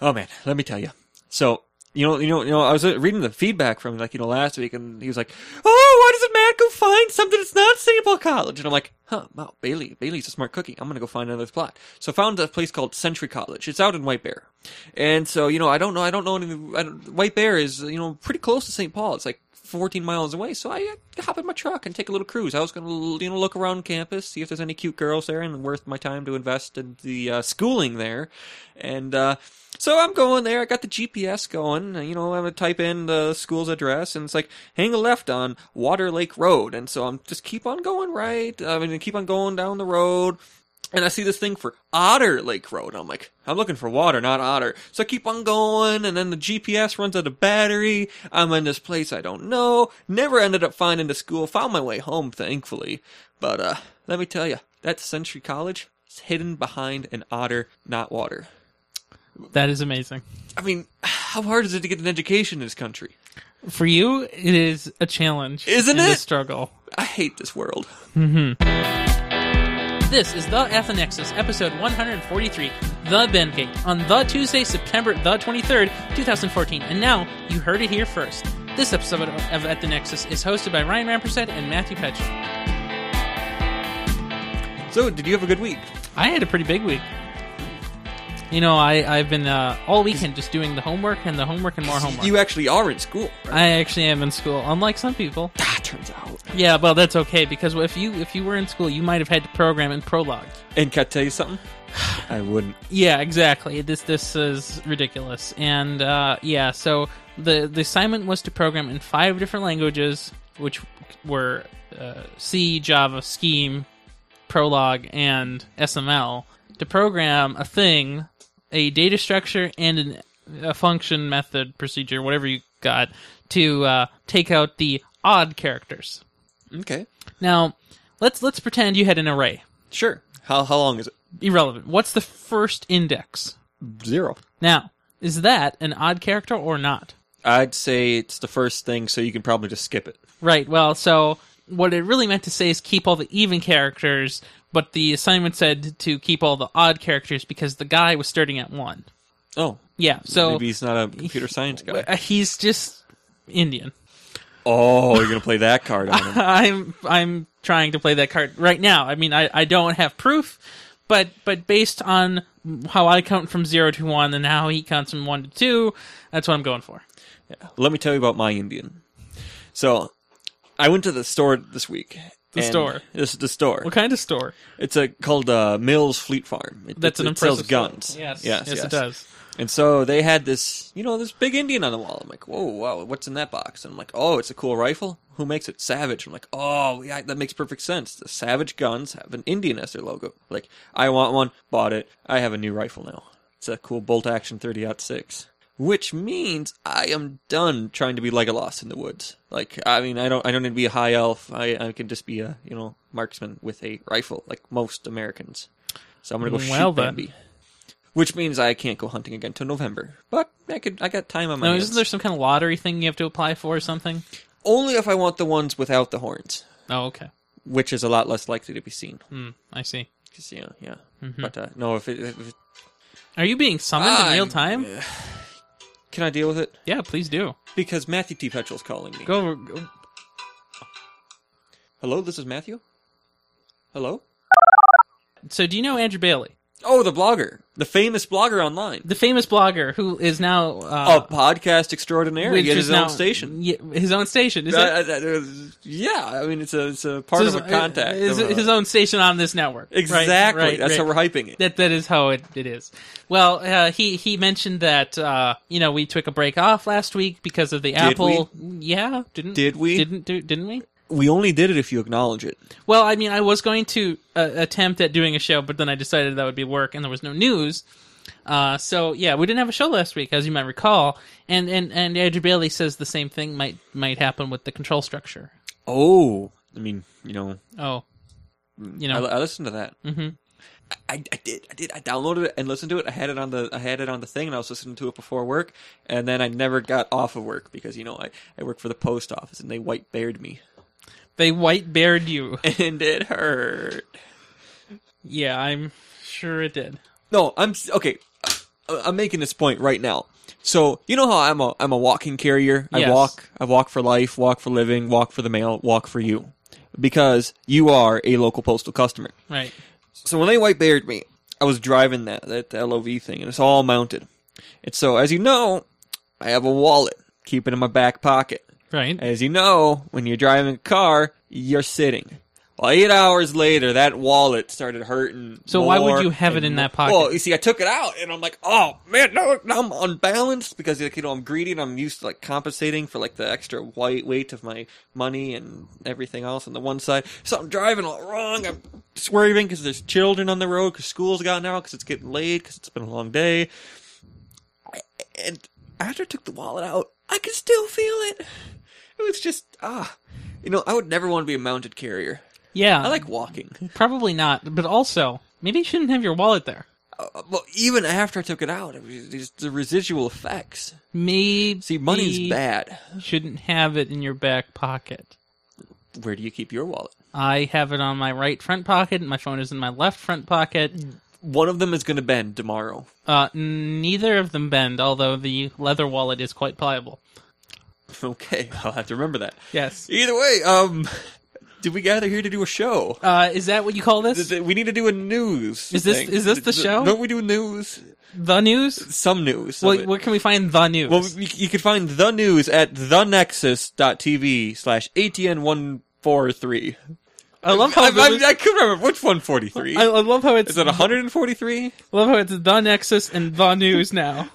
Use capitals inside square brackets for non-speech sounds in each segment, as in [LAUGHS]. Oh man, let me tell you. So you know, you know, you know, I was uh, reading the feedback from like you know last week, and he was like, "Oh, why doesn't Matt go find something that's not Sable College?" And I'm like, "Huh, wow, Bailey, Bailey's a smart cookie. I'm gonna go find another plot." So I found a place called Century College. It's out in White Bear, and so you know, I don't know, I don't know any. I don't, White Bear is you know pretty close to St. Paul. It's like 14 miles away, so I uh, hop in my truck and take a little cruise. I was gonna you know look around campus, see if there's any cute girls there, and worth my time to invest in the uh, schooling there, and. uh so I'm going there. I got the GPS going. You know, I'm gonna type in the school's address, and it's like hang a left on Water Lake Road. And so I'm just keep on going right. I mean, keep on going down the road. And I see this thing for Otter Lake Road. I'm like, I'm looking for water, not otter. So I keep on going, and then the GPS runs out of battery. I'm in this place I don't know. Never ended up finding the school. Found my way home, thankfully. But uh, let me tell you, that Century College is hidden behind an otter, not water. That is amazing. I mean, how hard is it to get an education in this country? For you, it is a challenge, Isn't and A it? struggle. I hate this world. This is the Athenexus, episode 143, the Bendgate, on the Tuesday, September the 23rd, 2014. And now you heard it here first. This episode of of At the Nexus is hosted by Ryan Rampersad and Matthew Petch. So, did you have a good week? I had a pretty big week. You know, I, I've been uh, all weekend just doing the homework and the homework and more homework. You actually are in school. Right? I actually am in school, unlike some people. Ah, turns out. Yeah, well, that's okay because if you if you were in school, you might have had to program in Prologue. And can I tell you something? I wouldn't. Yeah, exactly. This this is ridiculous. And uh, yeah, so the the assignment was to program in five different languages, which were uh, C, Java, Scheme, Prolog, and SML, to program a thing, a data structure, and an, a function, method, procedure, whatever you got, to uh, take out the odd characters. Okay. Now, let's let's pretend you had an array. Sure. How how long is it? Irrelevant. What's the first index? Zero. Now, is that an odd character or not? I'd say it's the first thing, so you can probably just skip it. Right, well, so what it really meant to say is keep all the even characters, but the assignment said to keep all the odd characters because the guy was starting at one. Oh, Yeah, so maybe he's not a computer science [LAUGHS] guy. uh, he's just Indian. [LAUGHS] Oh, you're gonna play that card on him. I'm I'm trying to play that card right now. I mean, I, I don't have proof, but but based on how I count from zero to one and how he counts from one to two, that's what I'm going for. Let me tell you about my Indian. So, I went to the store this week. The and- store. This the store. What kind of store? It's a called uh, Mills Fleet Farm. It, That's it, an it sells impressive store. guns. Yes, yes, yes, it does. And so they had this, you know, this big Indian on the wall. I'm like, whoa, wow, what's in that box? And I'm like, oh, it's a cool rifle. Who makes it? Savage. I'm like, oh, yeah, that makes perfect sense. The Savage guns have an Indian as their logo. Like, I want one. Bought it. I have a new rifle now. It's a cool bolt action 30 six. Which means I am done trying to be Legolas in the woods. Like, I mean, I don't, I don't need to be a high elf. I, I can just be a, you know, marksman with a rifle, like most Americans. So I'm gonna go Well, shoot then. Bambi which means I can't go hunting again till November. But I could, I got time on my Now, hands. isn't there some kind of lottery thing you have to apply for or something? Only if I want the ones without the horns, Oh, okay. which is a lot less likely to be seen. Hmm, I see. 'Cause, you know, yeah. Mm-hmm. But uh, no, if it, if it- Are you being summoned in I'm- real time? Yeah. [SIGHS] can I deal with it? please do. Because Matthew T. Petrel's calling me. Go. go. Hello, this is Matthew. Hello. So, do you know Andrew Bailey, Oh, the blogger, the famous blogger online, the famous blogger who is now a uh, podcast extraordinaire. Oh, He which has is his own now- station. Yeah, his own station. Is Uh, it? uh, uh, yeah, I mean it's a it's a part His- of a contact. Is of a- his own station on this network? Right, exactly. right, That's right. how we're hyping it. that that is how it, it is. Well, uh, he he mentioned that uh, you know we took a break off last week because of the Apple. Yeah, didn't Did we? Didn't do? Didn't we? We only did it if you acknowledge it. Well, I mean, I was going to uh, attempt at doing a show, but then I decided that would be work, and there was no news. Uh, so yeah, we didn't have a show last week, as you might recall. And and and Andrew Bailey says the same thing might might happen with the control structure. Oh, I mean, you know, Oh, you I, know, I listened to that. Mm-hmm. I, I did, I did. I downloaded it and listened to it. I had it on the, I had it on the thing, and I was listening to it before work. And then I never got off of work because you know I, I work for the post office, and they white bared me, [LAUGHS] they white bared you. [LAUGHS] and it hurt. yeah, I'm sure it did. No, I'm s- okay. I- I'm making this point right now. So you know how I'm a I'm a walking carrier. I Yes. walk. I walk for life. Walk for living. Walk for the mail. Walk for you, because you are a local postal customer. Right. So when they white bared me, I was driving that that LOV thing, and it's all mounted. And so, as you know, I have a wallet. Keep it in my back pocket. Right. As you know, when you're driving a car, you're sitting. Well, eight hours later, that wallet started hurting. So why would more you have it and in more. that pocket? Well, you see, I took it out, and I'm like, oh man, no, now I'm unbalanced because like, you know I'm greedy and I'm used to like compensating for like the extra white weight of my money and everything else on the one side. So I'm driving all wrong. I'm swerving because there's children on the road because school's gotten out because it's getting late because it's been a long day. I- And after I took the wallet out, I could still feel it. It was just ah, you know, I would never want to be a mounted carrier. Yeah. I like walking. [LAUGHS] Probably not. But also, maybe you shouldn't have your wallet there. Uh, well, even after I took it out, it was just the residual effects. Maybe See, money's bad. Shouldn't have it in your back pocket. Where do you keep your wallet? I have it on my right front pocket. My phone is in my left front pocket. One of them is going to bend tomorrow. [LAUGHS] Uh, neither of them bend, although the leather wallet is quite pliable. Okay, I'll have to remember that. Yes. Either way, um, [LAUGHS] did we gather here to do a show? Uh, is that what you call this? Th- th- We need to do a news. Is this- thing. is this the Th- th- show? Don't we do news? The news? Some news. some Well, of it. where can we find the news? Well, you, you can find the news at thenexus.tv slash ATN143. I love how I, it was- I, I couldn't remember which 143. I, I love how it's Is it 143? love how it's the Nexus and the news now.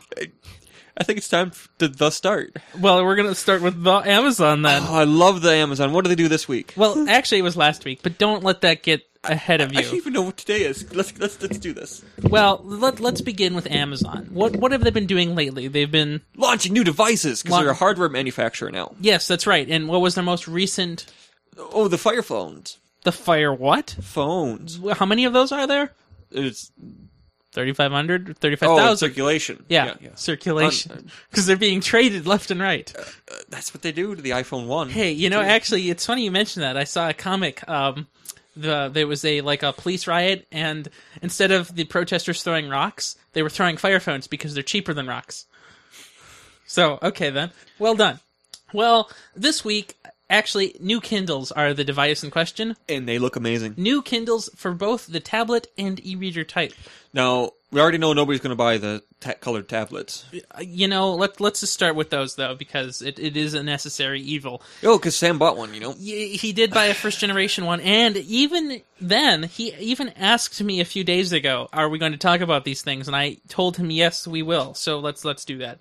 I think it's time f- to the start. well, we're gonna start with the Amazon then. Oh, I love the Amazon. What do they do this week? Well, actually, it was last week, but don't let that get ahead of I don't you. even know what today is. Let's let's let's do this. Well, let, let's begin with Amazon. What what have they been doing lately? They've been Launching new devices because Laun- they're a hardware manufacturer now. yes, that's right. And what was their most recent? Oh, the Fire phones. The Fire what? Phones. How many of those are there? It's Thirty five hundred, thirty five oh it's thousand. circulation. yeah, yeah. [LAUGHS] circulation because they're being traded left and right. Uh, that's what they do to the iPhone One. Hey, you know, actually, it's funny you mentioned that. I saw a comic. Um, the there was a like a police riot, and instead of the protesters throwing rocks, they were throwing fire phones because they're cheaper than rocks. So okay then, well done. Well, this week actually, new Kindles are the device in question. and they look amazing. New Kindles for both the tablet and e-reader type. Now we already know nobody's going to buy the ta- colored tablets. Uh, You know, let let's just start with those though, because it, it is a necessary evil. Oh, because Sam bought one. You know. Y- he did buy a first generation one and even then he even asked me a few days ago are we going to talk about these things and i told him yes we will so let's let's do that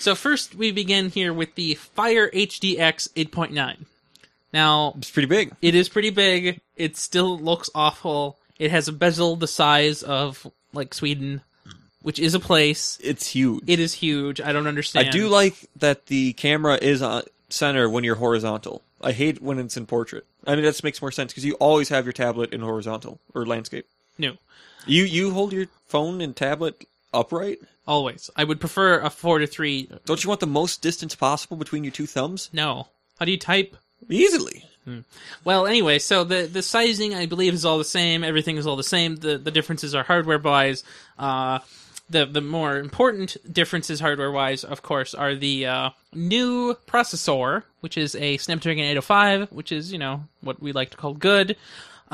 so first we begin here with the fire hdx 8.9 now It's pretty big. it is pretty big it still looks awful it has a bezel the size of like sweden which is a place It's huge. it is huge i don't understand I do like that the camera is on center when you're horizontal. I hate when it's in portrait. I mean that makes more sense because you always have your tablet in horizontal or landscape. no You you hold your phone and tablet upright. always i would prefer a 4 to 3 Don't you want the most distance possible between your two thumbs? no how do you type Easily. Well, anyway, so the the sizing I believe is all the same. Everything is all the same. The the differences are hardware wise. Uh, the the more important differences hardware wise, of course, are the uh, new processor, which is a Snapdragon 805, which is you know what we like to call good.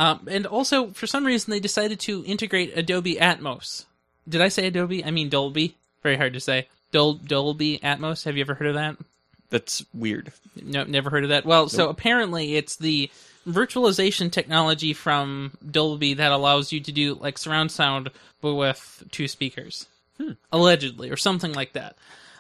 Um, and also, for some reason, they decided to integrate Adobe Atmos. Did I say Adobe? I mean Dolby. Very hard to say. Dol- Dolby Atmos. Have you ever heard of that? That's weird. No, never heard of that. Well, so apparently it's the virtualization technology from Dolby that allows you to do like surround sound but with two speakers, allegedly, or something like that.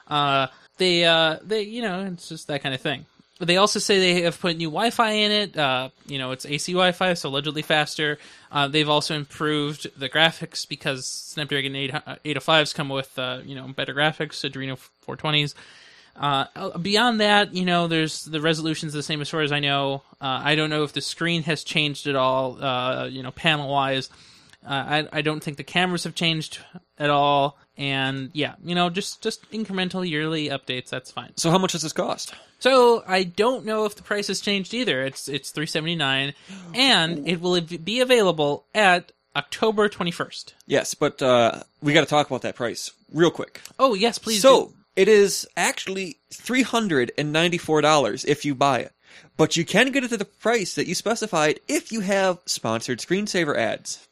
Uh, they, uh, they, you know, it's just that kind of thing. But they also say they have put new Wi-Fi in it. Uh, you know, it's AC Wi-Fi, so allegedly faster. Uh, they've also improved the graphics because Snapdragon uh, 8, 805s come with uh, you know better graphics, Adreno 420s. Uh, beyond that, you know, there's the resolution's the same as far as I know. Uh, I don't know if the screen has changed at all. Uh, you know, panel wise, uh, I I don't think the cameras have changed at all. And yeah, you know, just just incremental yearly updates. That's fine. So how much does this cost? So I don't know if the price has changed either. It's it's three seventy nine, and it will av- be available at October 21st. Yes, but uh, we got to talk about that price real quick. Oh, yes, please. so do. it is actually three hundred and ninety-four dollars if you buy it, but you can get it at the price that you specified if you have sponsored screensaver ads.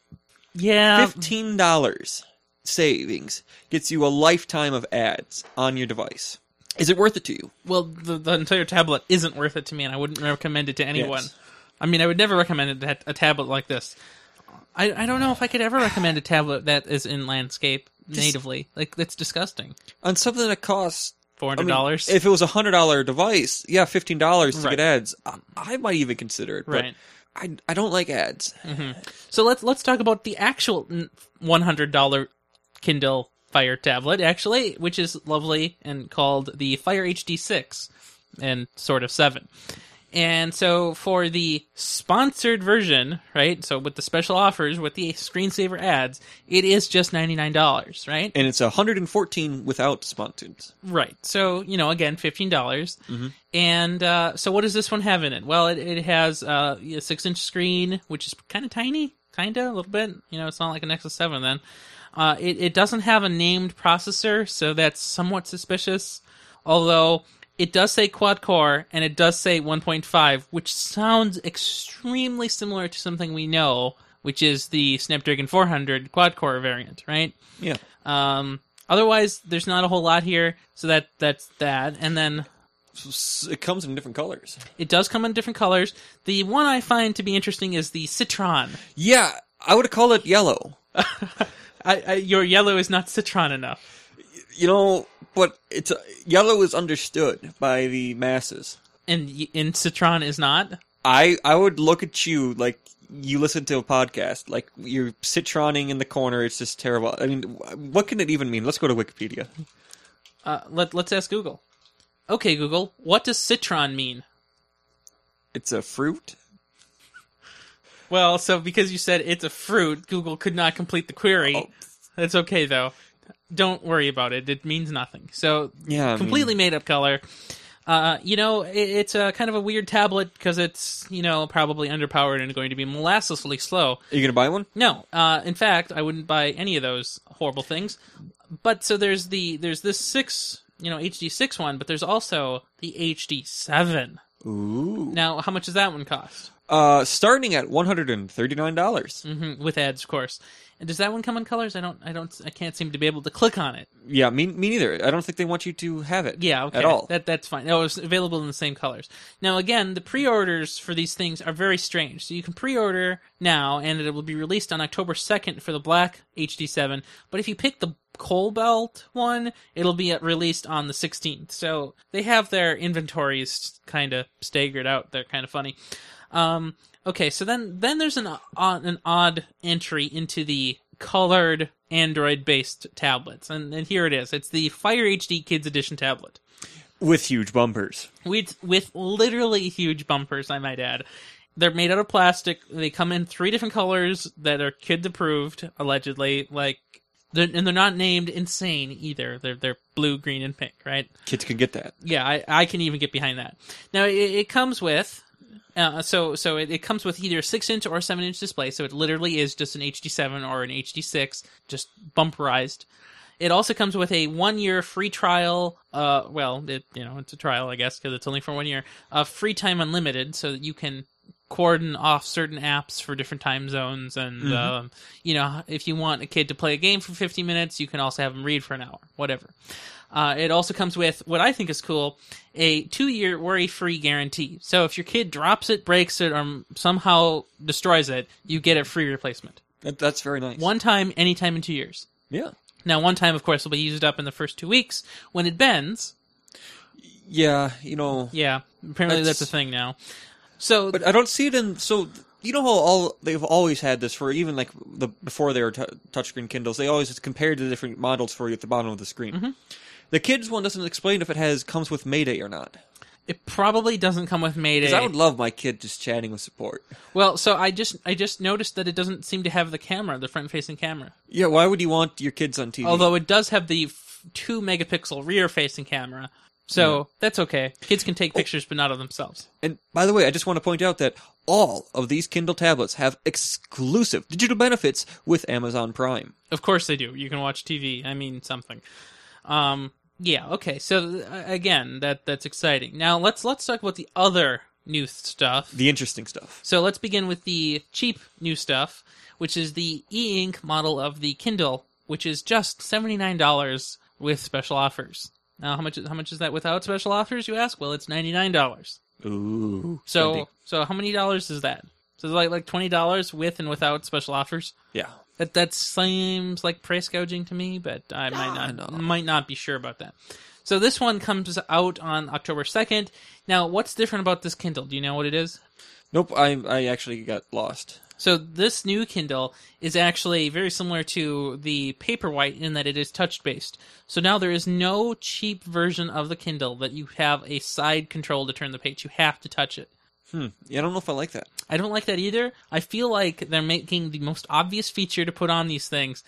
yeah. Fifteen dollars savings gets you a lifetime of ads on your device. Is it worth it to you? well, the, the entire tablet isn't worth it to me, and I wouldn't recommend it to anyone. Yes. I mean, I would never recommend it, a tablet like this. I, I don't know if I could ever recommend a tablet that is in landscape natively. Like that's disgusting. On something that costs Four I hundred mean, dollars. If it was a hundred dollar device, yeah, fifteen dollars to Right. get ads. I, I might even consider it, but Right. I I don't like ads. So let's let's talk about the actual one hundred dollar Kindle Fire tablet, actually, which is lovely and called the Fire HD six and sort of seven. And so for the sponsored version, right? So with the special offers, with the screensaver ads, it is just ninety nine dollars, right? And it's hundred and fourteen without sponsors. Right. So you know, again, fifteen dollars. And uh, so, what does this one have in it? Well, it, it has uh, a six-inch screen, which is kind of tiny, kind of a little bit. You know, it's not like a Nexus Seven. Then uh, it it doesn't have a named processor, so that's somewhat suspicious. Although it does say quad core and it does say 1.5, which sounds extremely similar to something we know, which is the Snapdragon 400 quad core variant, right? Yeah. Um, otherwise, there's not a whole lot here, so that that's that. And then S- It comes in different colors. it does come in different colors. The one I find to be interesting is the citron. Yeah, I would call it yellow. I, I, your yellow is not citron enough. You know, but it's uh, yellow is understood by the masses. And, y- and citron is not? I I would look at you like you listen to a podcast, like you're citroning in the corner. It's just terrible. I mean, wh- what can it even mean? Let's go to Wikipedia. Uh, let, let's ask Google. Okay, Google, what does citron mean? It's a fruit. Well, so because you said it's a fruit, Google could not complete the query. Oh. That's okay, though. Don't worry about it. It means nothing. So Yeah, I mean- completely made up color. Uh, you know, it, it's a kind of a weird tablet because it's you know probably underpowered and going to be molassously slow. Are you gonna buy one? No, uh, in fact, I wouldn't buy any of those horrible things. But so there's the there's this six you know HD six one, but there's also the HD seven. Ooh. Now, how much does that one cost? Uh, starting at one hundred and thirty nine dollars. hmm with ads, of course. And does that one come in colors? I don't. I don't. I can't seem to be able to click on it. Yeah, me me neither. I don't think they want you to have it. Yeah. Okay. at all. That that's fine. No, it's available in the same colors. Now, again, the pre-orders for these things are very strange. So you can pre-order now, and it will be released on October second for the black HD7. But if you pick the coal belt one, it'll be at- released on the sixteenth. So they have their inventories kind of staggered out. They're kind of funny. Um, okay, so then then there's an o- an odd entry into the colored Android-based tablets, and, and here it is. It's the Fire HD Kids Edition tablet With huge bumpers. with with literally huge bumpers, I might add. They're made out of plastic. They come in three different colors that are kids approved, allegedly. Like, they're, and they're not named insane either. They're they're blue, green, and pink, right? Kids can get that. yeah, I, I can even get behind that. Now it, it comes with, uh, so so it, it comes with either a six inch or a seven inch display. So it literally is just an HD seven or an HD six, just bumperized. It also comes with a one year free trial. Uh, well, it you know it's a trial, I guess, because it's only for one year. Uh, free time unlimited, so that you can cordon off certain apps for different time zones and Mhm. um, you know if you want a kid to play a game for 50 minutes you can also have them read for an hour whatever uh, it also comes with what I think is cool a two year worry free guarantee. So if your kid drops it, breaks it, or m- somehow destroys it, you get a free replacement. that that's very nice. One time, anytime in two years. Yeah. Now, one time, of course, will be used up in the first two weeks. When it bends, Yeah, you know. yeah, apparently that's, That's- a thing now. So, But I don't see it in. So you know how all they've always had this for even like the before they were t- touchscreen Kindles, they always compared the different models for you at the bottom of the screen. The kids one doesn't explain if it has comes with Mayday or not. it probably doesn't come with Mayday. Because I would love my kid just chatting with support. Well, so I just I just noticed that it doesn't seem to have the camera, the front facing camera. Yeah, why would you want your kids on TV? Although it does have the f- two megapixel rear facing camera. So that's okay. Kids can take pictures, but not of themselves. And by the way, I just want to point out that all of these Kindle tablets have exclusive digital benefits with Amazon Prime. Of course they do. You can watch TV. I mean something. Um, yeah. Okay. So uh, again, that that's exciting. Now let's let's talk about the other new stuff. The interesting stuff. so let's begin with the cheap new stuff, which is the e-ink model of the Kindle, which is just seventy nine dollars with special offers. Now, how much how much is that without special offers? You ask. Well, it's ninety nine dollars. Ooh. So trendy. so how many dollars is that? So it's like like twenty dollars with and without special offers. yeah. That that seems like price gouging to me, but I might Ah, not no. might not be sure about that. So this one comes out on October second. Now, what's different about this Kindle? Do you know what it is? Nope, I I actually got lost. So this new Kindle is actually very similar to the Paperwhite in that it is touch based. So now there is no cheap version of the Kindle that you have a side control to turn the page. You have to touch it. Hmm. Yeah, I don't know if I like that. I don't like that either. I feel like they're making the most obvious feature to put on these things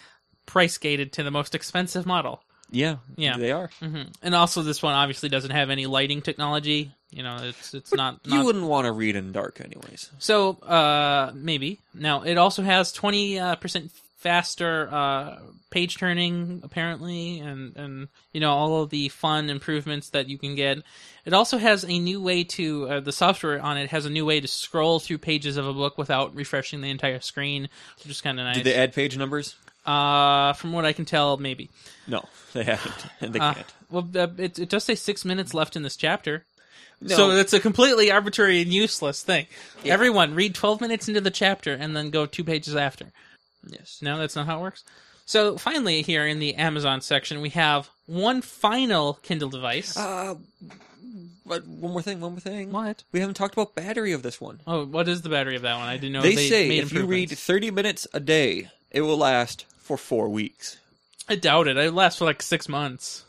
price gated to the most expensive model. Yeah. Yeah. They are. hmm And also, this one obviously doesn't have any lighting technology. You know, it's it's not. You not- wouldn't want to read in dark anyways. so uh, maybe now it also has twenty uh, percent faster uh, page turning apparently, and and you know all of the fun improvements that you can get. It also has a new way to uh, the software on it has a new way to scroll through pages of a book without refreshing the entire screen, which is kind of nice. Did they add page numbers? uh, from what I can tell, maybe. No, [LAUGHS] they haven't. And they Uh, can't. well, uh, it, it does say six minutes left in this chapter. No. So it's a completely arbitrary and useless thing. Everyone, read 12 minutes into the chapter and then go two pages after. yes. No, that's not how it works. So finally, here in the Amazon section, we have one final Kindle device. Uh, but one more thing, one more thing. what? We haven't talked about battery of this one. Oh, what is the battery of that one? I didn't know they, they, say made if you read improvements. 30 minutes a day, it will last for four weeks. I doubt it. It lasts for like six months.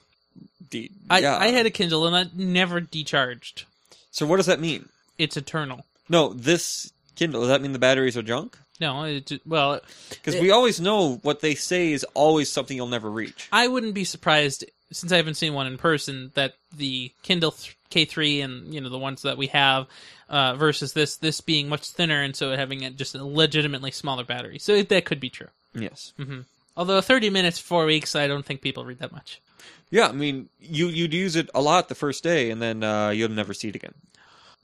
The- I, yeah. I had a Kindle and I never decharged. so what does that mean? It's eternal. No, this Kindle. Does that mean the batteries are junk? No, it, well, Because we always know what they say is always something you'll never reach. I wouldn't be surprised since I haven't seen one in person that the Kindle th- K3 and you know the ones that we have uh, versus this this being much thinner and so having a, just a legitimately smaller battery. So it, that could be true. Mm-hmm. Yes. Although 30 minutes, four weeks, I don't think people read that much. Yeah, I mean, you you'd use it a lot the first day, and then uh, you'll never see it again.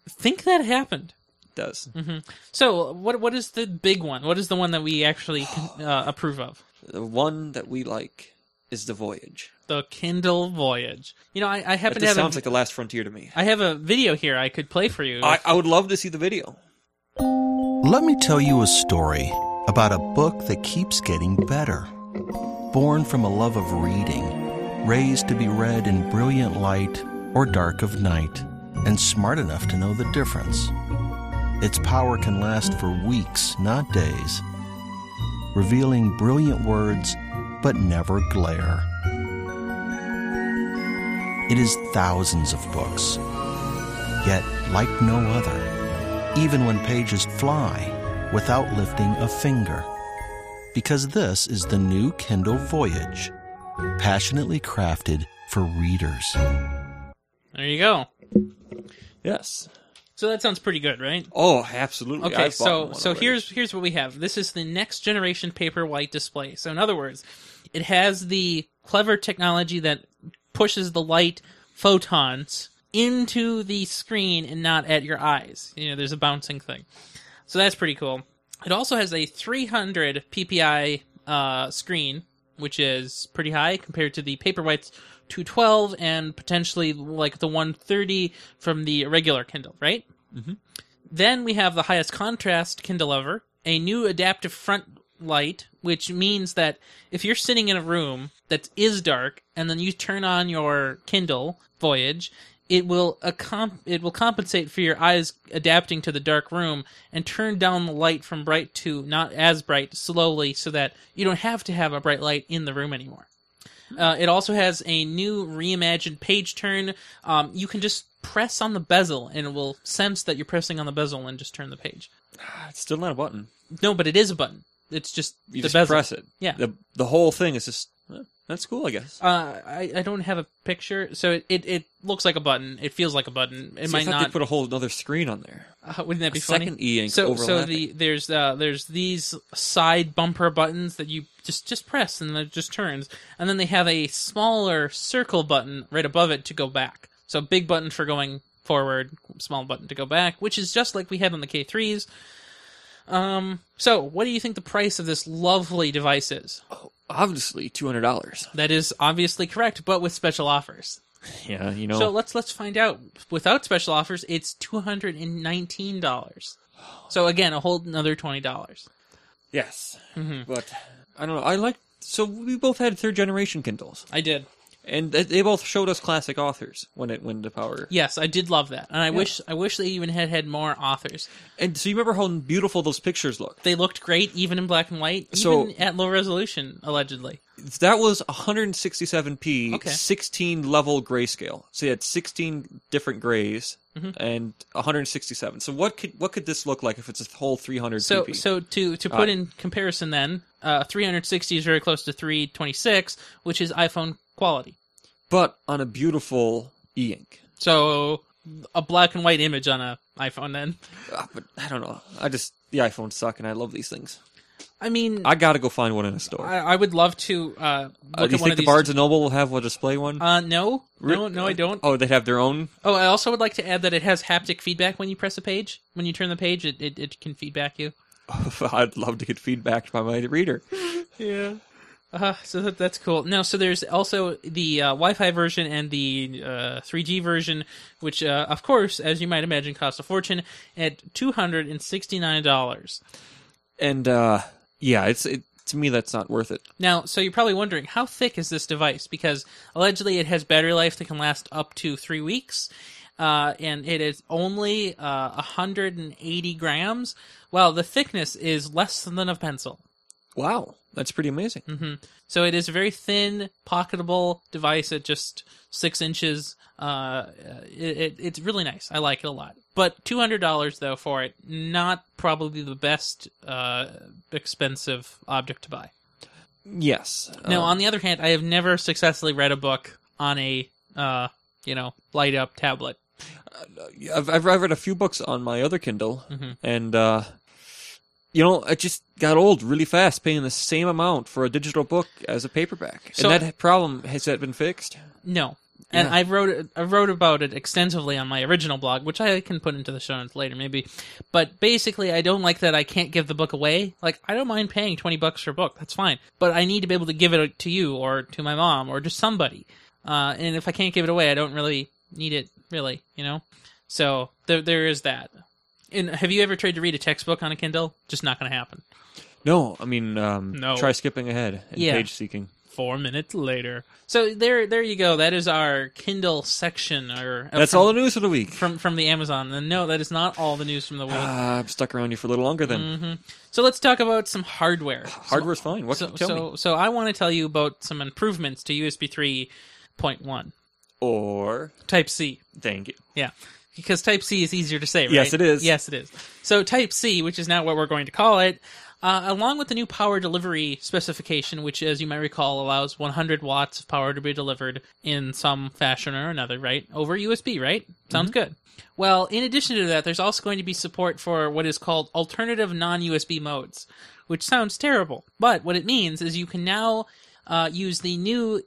I think that happened. It does Hmm. So what what is the big one? What is the one that we actually uh, approve of? the one that we like is the Voyage? The Kindle Voyage. You know, I, I That happen to this have sounds a, like the last frontier to me. I have a video here I could play for you. I, I would love to see the video. Let me tell you a story about a book that keeps getting better. Born from a love of reading, raised to be read in brilliant light or dark of night, and smart enough to know the difference. Its power can last for weeks, not days, revealing brilliant words but never glare. It is thousands of books, yet like no other even when pages fly, without lifting a finger. Because this is the new Kindle Voyage, passionately crafted for readers. there you go. Yes. So that sounds pretty good, right? Oh, absolutely. Okay, I've bought so one so already. here's here's what we have. This is the next generation Paperwhite display. So in other words, it has the clever technology that pushes the light photons into the screen and not at your eyes. You know, there's a bouncing thing. So that's pretty cool. It also has a 300 ppi uh, screen, which is pretty high compared to the Paperwhite's 212 and potentially like the 130 from the regular Kindle, right? Then we have the highest contrast Kindle ever, a new adaptive front light, which means that if you're sitting in a room that is dark and then you turn on your Kindle Voyage, it will accom- it will compensate for your eyes adapting to the dark room and turn down the light from bright to not as bright slowly so that you don't have to have a bright light in the room anymore. Uh, it also has a new reimagined page turn. Um, you can just press on the bezel, and it will sense that you're pressing on the bezel and just turn the page. Ah, it's still not a button. No, but it is a button. It's just You the just bezel. press it. Yeah. The the whole thing is just eh, That's cool, I guess. Uh, I, I don't have a picture, so it, it, it looks like a button. It feels like a button. It See, I might thought not. They put a whole other screen on there. uh, wouldn't that be A funny? second E e-ink so so overlapping. the there's uh there's these side bumper buttons that you just just press and it just turns, and then they have a smaller circle button right above it to go back. So big button for going forward, small button to go back, which is just like we had on the K3s. Um, so what do you think the price of this lovely device is? Obviously, two hundred dollars. That is obviously correct, but with special offers. Yeah, you know. So let's let's find out. Without special offers, it's two hundred and nineteen dollars. So again, a whole another twenty dollars. yes, Mhm. but I don't know. I like. So we both had third generation Kindles, I did. and th- they both showed us classic authors when it when the power. Yes, I did love that, and I wish I wish they even had had more authors. And so you remember how beautiful those pictures looked? They looked great, even in black and white, even So- at low resolution, allegedly. That was 167p, Okay. 16 level grayscale. So you had 16 different grays Mm-hmm. and 167. So what could what could this look like if it's a whole 300 So pp? so to to Uh, put in comparison, then uh, three hundred sixty is very close to three twenty six, which is iPhone quality. but on a beautiful e-ink. So a black and white image on a iPhone. Then Ah, but I don't know. I just the iPhones suck, and I love these things. I mean, I I gotta go find one in a store. I, would love to uh, look Uh, do you at one think of the these. Barnes and Noble will have a display one? uh, no, no, no, I don't. Oh, they have their own. [LAUGHS] Oh, I also would like to add that it has haptic feedback when you press a page. When you turn the page, it, it, it can feedback you. I'd love to get feedback by my reader. Yeah. Uh, so that, that's cool. No, so there's also the uh, Wi-Fi version and the uh, 3G version, which, uh, of course, as you might imagine, costs a fortune at two hundred and sixty-nine dollars. And uh yeah, it's it, to me that's not worth it. Now, so you're probably wondering how thick is this device? Because allegedly, it has battery life that can last up to three weeks, uh, and it is only uh, 180 grams. Well, the thickness is less than a pencil. Wow, that's pretty amazing. Mm-hmm. So it is a very thin, pocketable device at just six inches. Uh, it, it, it's really nice. I like it a lot. But two hundred dollars though for it, not probably the best uh, expensive object to buy. Yes. now, Um, on the other hand, I have never successfully read a book on a uh, you know light up tablet. I've, I've I've read a few books on my other Kindle, Mhm. and uh, you know, I just got old really fast, paying the same amount for a digital book as a paperback. So- and that problem has that been fixed? No. And Yeah. I wrote I wrote about it extensively on my original blog, which I can put into the show notes later, maybe. But basically, I don't like that I can't give the book away. Like, I don't mind paying twenty bucks for a book; that's fine. But I need to be able to give it to you or to my mom or just somebody. Uh, and if I can't give it away, I don't really need it, really, you know. So there there is that. And have you ever tried to read a textbook on a Kindle? Just not going to happen. No, I mean, um, No. Try skipping ahead and Yeah. page seeking. Four minutes later. So there there you go. That is our Kindle section. Or That's Oh, from- all the news for the week. from from the Amazon. And no, that is not all the news from the world. Mm-hmm. Ah, I'm stuck around you for a little longer Mm. then. So let's talk about some hardware. Hardware's fine. What So can you so, tell so me? so I want to tell you about some improvements to USB 3.1 Or Type C. thank you. Yeah. Because Type C is easier to say, right? Yes, it is. Yes, it is. So Type C, which is now what we're going to call it, uh, along with the new power delivery specification, which, as you might recall, allows 100 watts of power to be delivered in some fashion or another, right? Over USB, right? Sounds Mm-hmm. good. Well, in addition to that, there's also going to be support for what is called alternative non USB modes, which sounds terrible. But what it means is you can now uh, use the new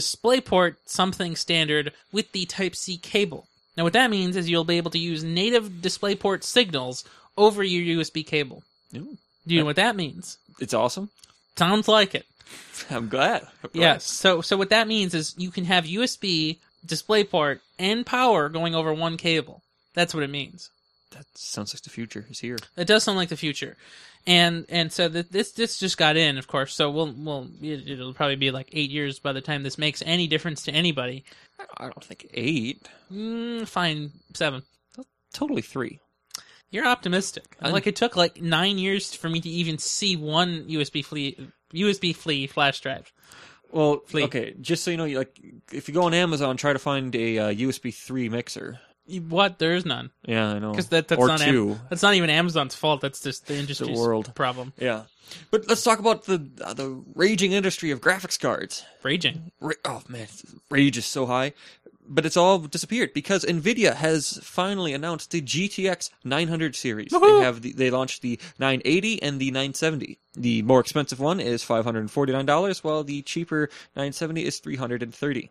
DisplayPort something standard with the Type C cable. Now, what that means is you'll be able to use native DisplayPort signals over your USB cable. Ooh, Do you know what that means? It's awesome. [LAUGHS] Sounds like it. I'm glad. I'm glad. Yes. So, so what that means is you can have USB, DisplayPort, and power going over one cable. That's what it means. That sounds like the future is here. It does sound like the future, and and so th this this just got in, of course. So we'll we'll it, it'll probably be like eight years by the time this makes any difference to anybody. I don't think eight. Mm, fine, seven. Totally three. You're optimistic. like it took like nine years for me to even see one USB flea USB flea flash drive. Well, Fleet. okay. Just so you know, you, like if you go on Amazon, try to find a uh, USB three mixer. What? There is none. Yeah, I know. 'Cause that- that's or not Am- two. That's not even Amazon's fault. That's just the industry's world. problem. yeah, but let's talk about the uh, the raging industry of graphics cards. Raging. Ra- oh man, rage is so high, but it's all disappeared because Nvidia has finally announced the GTX 900 series. Woohoo! They have the, they launched the 980 and the 970. The more expensive one is $549, while the cheaper 970 is 330.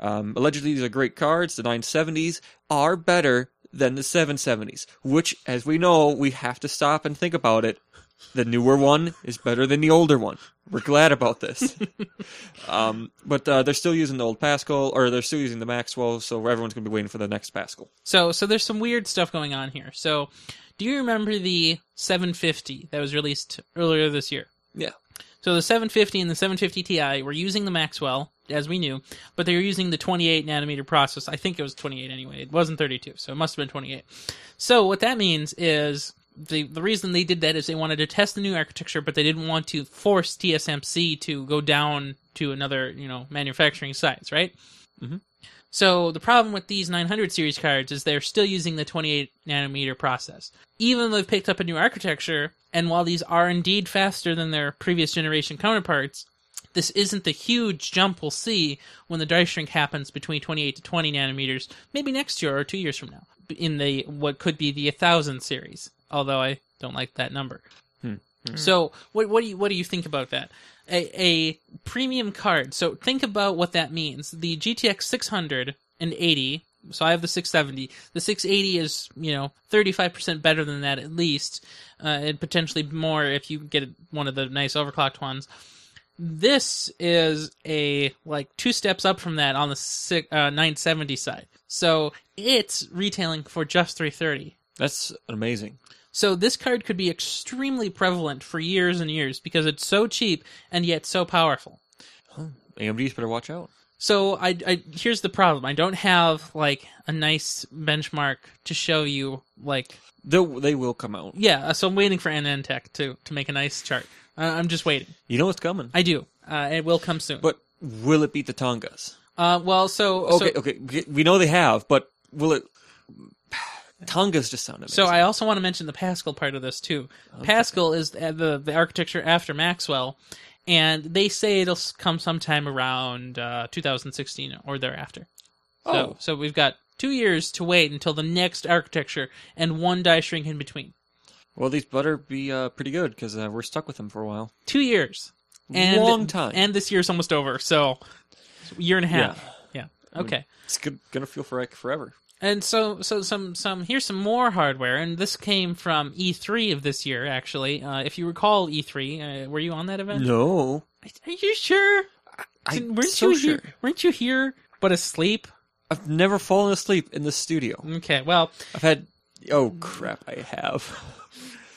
Um, allegedly, these are great cards. The 970s are better than the 770s, which, as we know, we have to stop and think about it. The newer one is better than the older one. We're glad about this. [LAUGHS] um, but uh, they're still using the old Pascal, or they're still using the Maxwell, so everyone's going to be waiting for the next Pascal. So so there's some weird stuff going on here. So do you remember the 750 that was released earlier this year? Yeah. So the 750 and the 750 Ti were using the Maxwell as we knew, but they were using the 28 nanometer process. I think it was 28 anyway. It wasn't 32, so it must have been 28. So what that means is the the reason they did that is they wanted to test the new architecture, but they didn't want to force TSMC to go down to another you know manufacturing sites, right? So the problem with these 900 series cards is they're still using the 28 nanometer process, even though they've picked up a new architecture. And while these are indeed faster than their previous generation counterparts, this isn't the huge jump we'll see when the die shrink happens between 28 to 20 nanometers, maybe next year or two years from now, in the what could be the 1000 series. Although I don't like that number. So what what do you what do you think about that? A, a premium card. So think about what that means. The GTX 680. So I have the 670. The 680 is you know 35% better than that at least, uh, and potentially more if you get one of the nice overclocked ones. This is a like two steps up from that on the si- uh, 970 side. So it's retailing for just 330. That's amazing. So this card could be extremely prevalent for years and years because it's so cheap and yet so powerful. AMD's better watch out. So I, I here's the problem. I don't have like a nice benchmark to show you like They they will come out. yeah. uh, So I'm waiting for NN Tech to to make a nice chart. Uh, I'm just waiting. You know it's coming. I do. Uh, it will come soon. but will it beat the Tongas? uh, well, so Okay, so, okay. We know they have, but will it? [SIGHS] Tongas just sounded. So I also want to mention the Pascal part of this too. Pascal is the, the the architecture after Maxwell, and they say it'll s- come sometime around uh, 2016 or thereafter. So, Oh. so we've got two years to wait until the next architecture and one die shrink in between. well, these better be uh, pretty good because uh, we're stuck with them for a while. Two years, and Long time. and this year's almost over. So, a year and a half. Yeah. Okay. It's good, gonna feel for like forever. And so, so some, some here's some more hardware, and this came from E3 of this year, actually. Uh, if you recall E3, uh, were you on that event? No, Are you sure? Didn't- I'm weren't so you sure. here? Weren't you here but asleep? I've never fallen asleep in the studio. Okay, well, I've had. Oh crap! I have.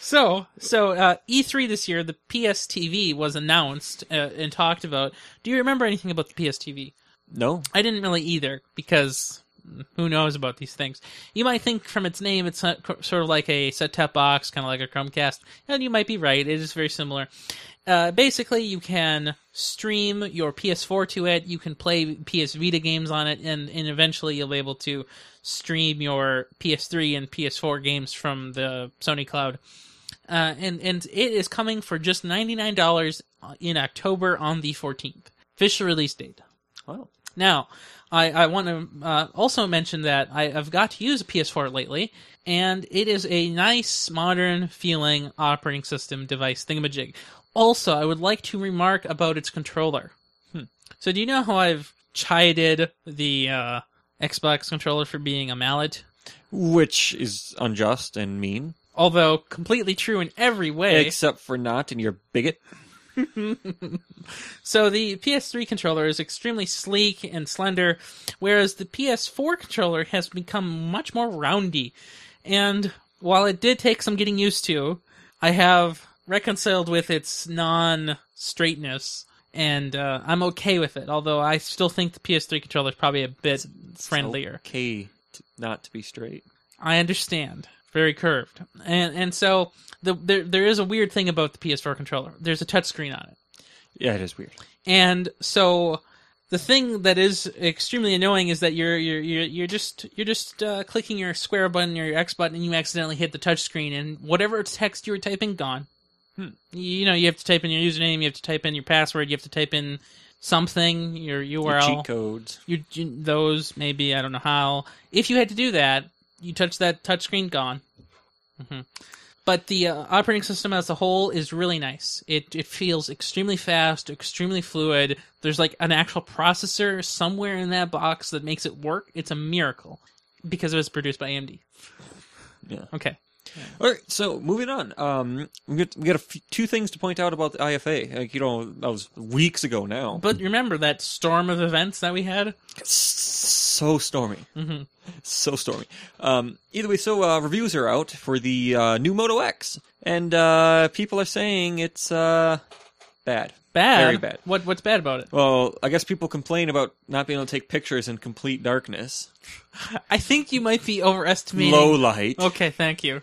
so so uh, E3 this year, the PS TV was announced uh, and talked about. Do you remember anything about the PS TV? No. I didn't really either because who knows about these things. You might think from its name it's not co- sort of like a set-top box, kind of like a Chromecast, and you might be right. It is very similar. Uh, basically, you can stream your PS4 to it. You can play PS Vita games on it, and, and eventually you'll be able to stream your PS3 and PS4 games from the Sony Cloud. Uh, and and it is coming for just ninety nine dollars in October on the fourteenth official release date. Wow. Now, I, I want to uh, also mention that I, I've got to use a PS4 lately, and it is a nice, modern feeling operating system device thingamajig. Also, I would like to remark about its controller. Hmm. So, do you know how I've chided the uh, Xbox controller for being a mallet? Which is unjust and mean, Although completely true in every way. except for not, and you're a bigot. So the PS3 controller is extremely sleek and slender, whereas the PS4 controller has become much more roundy. And while it did take some getting used to, I have reconciled with its non straightness, and uh, I'm okay with it. Although I still think the PS3 controller is probably a bit friendlier. Okay, to, not to be straight. I understand. Very curved, and and so the, there there is a weird thing about the PS4 controller. There's a touchscreen on it. Yeah, it is weird. And so the thing that is extremely annoying is that you're you're you're, you're just you're just uh, clicking your square button or your X button and you accidentally hit the touch screen and whatever text you were typing gone. Hmm. You know you have to type in your username, you have to type in your password, you have to type in something your Your cheat URL, codes. your, your those maybe I don't know how. If you had to do that, you touch that touch screen gone. hmm But the uh, operating system as a whole is really nice. It it feels extremely fast, extremely fluid. There's like an actual processor somewhere in that box that makes it work. It's a miracle because it was produced by AMD. Yeah. Okay. All right, so moving on. Um, we got we got a few, two things to point out about the IFA. Like you know, that was weeks ago now. But remember that storm of events that we had? so stormy, hmm so stormy. Um, either way, so uh, reviews are out for the uh, new Moto X, and uh, people are saying it's uh, bad. Bad. Very bad. What what's bad about it? Well, I guess people complain about not being able to take pictures in complete darkness, I think you might be overestimating. low light. Okay, thank you.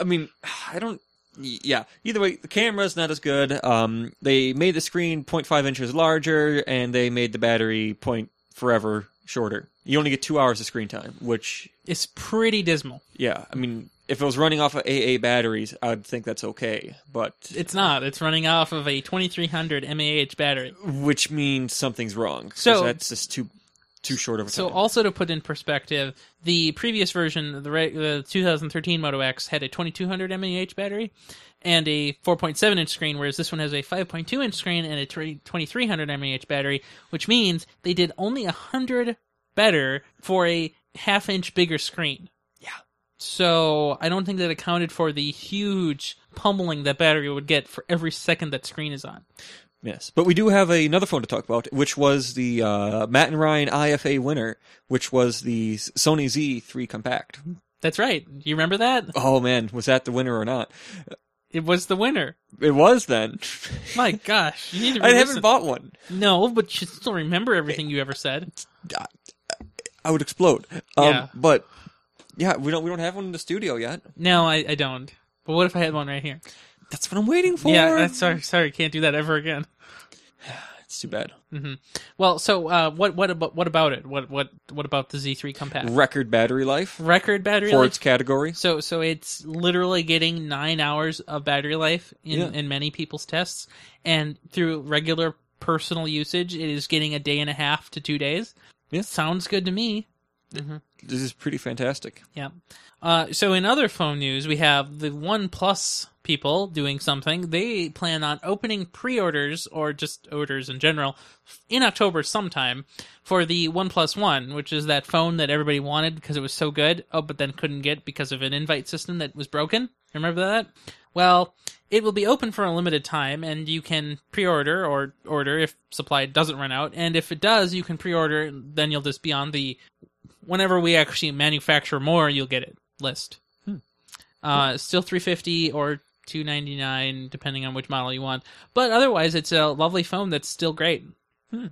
I mean, [SIGHS] I don't. Yeah. Either way, the camera's not as good. Um, they made the screen 0.5 inches larger, and they made the battery point forever shorter. You only get two hours of screen time, which It's pretty dismal. yeah, I mean, if it was running off of AA batteries, I'd think that's okay, but It's not. It's running off of a 2300 mAh battery. which means something's wrong. 'cause So- that's just too too short of a So time. also to put in perspective, the previous version, the, re- the 2013 Moto X had a 2200 mAh battery and a 4.7 inch screen, whereas this one has a 5.2 inch screen and a 20- 2300 mAh battery, which means they did only a hundred better for a half inch bigger screen. Yeah. So I don't think that accounted for the huge pummeling that battery would get for every second that screen is on. Yes, but we do have another phone to talk about, which was the uh, Matt and Ryan IFA winner, which was the Sony Z3 Compact. That's right. You remember that? Oh man, was that the winner or not? It was the winner. It was [LAUGHS] then. [LAUGHS] My gosh, you need to. I haven't re-listen. bought one. No, but you should still remember everything you ever said. I would explode. Um, Yeah. But yeah, we don't we don't have one in the studio yet. No, I, I don't. But what if I had one right here? That's what I'm waiting for. Yeah, that's, sorry, sorry, can't do that ever again. Mm-hmm. it's too bad. Well, so uh, what what about what about it? What what what about the Z3 compact Record battery life record battery for life? its category. So so it's literally getting nine hours of battery life in, Yeah. in many people's tests, and through regular personal usage, it is getting a day and a half to two days. Yeah. Sounds good to me. This is pretty fantastic. Yeah. Uh, so in other phone news, we have the OnePlus people doing something. They plan on opening pre-orders or just orders in general in October sometime for the OnePlus One, which is that phone that everybody wanted because it was so good. Oh, but then couldn't get because of an invite system that was broken. Remember that? Well, it will be open for a limited time, and you can pre-order or order if supply doesn't run out. And if it does, you can pre-order. Then you'll just be on the whenever we actually manufacture more, you'll get it list. Hmm. Uh, still 350 or 299 depending on which model you want. But otherwise, it's a lovely phone that's still great. hmm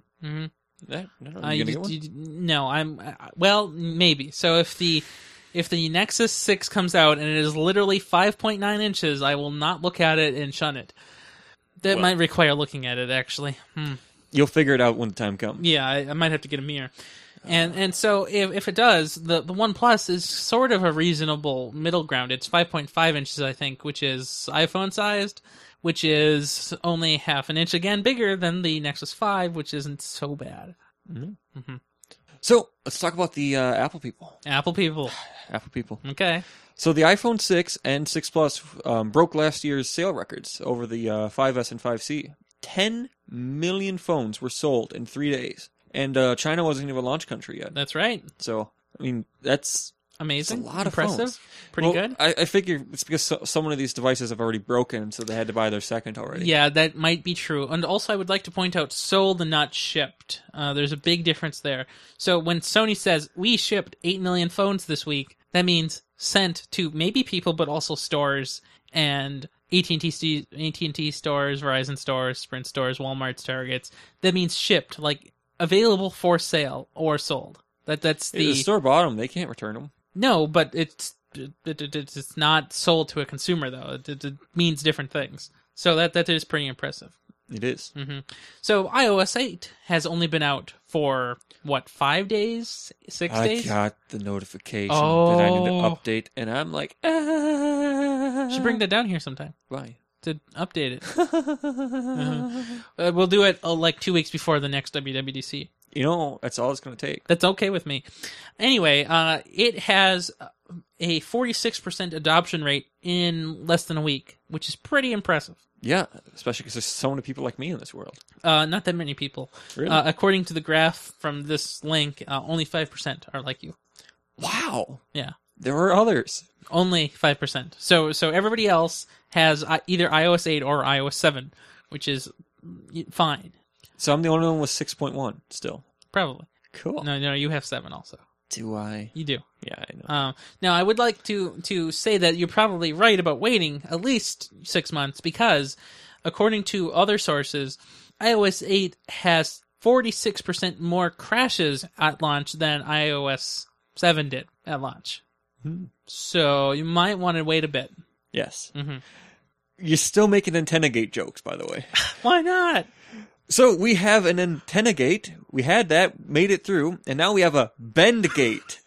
That, I don't know, Uh, you you gonna get just- one? you- no, I'm uh, well, maybe. So if the if the Nexus 6 comes out and it is literally 5.9 inches, I will not look at it and shun it. That Well- might require looking at it actually. Hmm. You'll figure it out when the time comes. Yeah, I, I might have to get a mirror. Uh, And and so if if it does, the the One Plus is sort of a reasonable middle ground. It's five point five inches, I think, which is iPhone sized, which is only half an inch again bigger than the Nexus Five, which isn't so bad. So let's talk about the uh, Apple people. Apple [SIGHS] people, Apple people. okay, So the iPhone 6 and 6 Plus um, broke last year's sale records over the uh, 5S and 5C. 10 million phones were sold in three days. And uh, China wasn't even a launch country yet. that's right, So, I mean, that's amazing, It's a lot of impressive, phones. pretty well, good. I, I figure it's because so, some of these devices have already broken, so they had to buy their second already. Yeah, that might be true. And also, I would like to point out sold and not shipped. Uh, there's a big difference there. So when Sony says we shipped 8 million phones this week, that means sent to maybe people, but also stores and AT&T, st- AT&T stores, Verizon stores, Sprint stores, Walmart's, Targets. That means shipped, like available for sale or sold. That that's The, the store bought them; they can't return them. no, but it's it, it, it's it's not sold to a consumer though. It, it, it means different things. So that that is pretty impressive. It is. hmm So iOS 8 has only been out for what five days, six I days. got the notification that I need Oh. to update, and I'm like, ah. Should bring that down here sometime [LAUGHS] Why? to update it. Uh, we'll do it uh, like two weeks before the next WWDC. You know, that's all it's going to take. That's okay with me. Anyway, uh, it has a 46% adoption rate in less than a week, which is pretty impressive. Yeah, especially because there's so many people like me in this world. Uh, not that many people. Really? Uh, according to the graph from this link, uh, only 5% are like you. wow. Yeah. There were others. Only 5%. So so everybody else has uh, either iOS 8 or iOS 7, which is mm, fine, So I'm the only one with 6.1 still. probably. Cool. No, no, you have 7 also. Do I? You do. Yeah, I know. Um, now, I would like to to say that you're probably right about waiting at least six months because, according to other sources, iOS 8 has 46% more crashes at launch than iOS 7 did at launch. Hmm. So you might want to wait a bit. yes. Mhm. You're still making antenna gate jokes, by the way. Why not? So we have an antenna gate. We had that, made it through, and now we have a bend [LAUGHS] gate.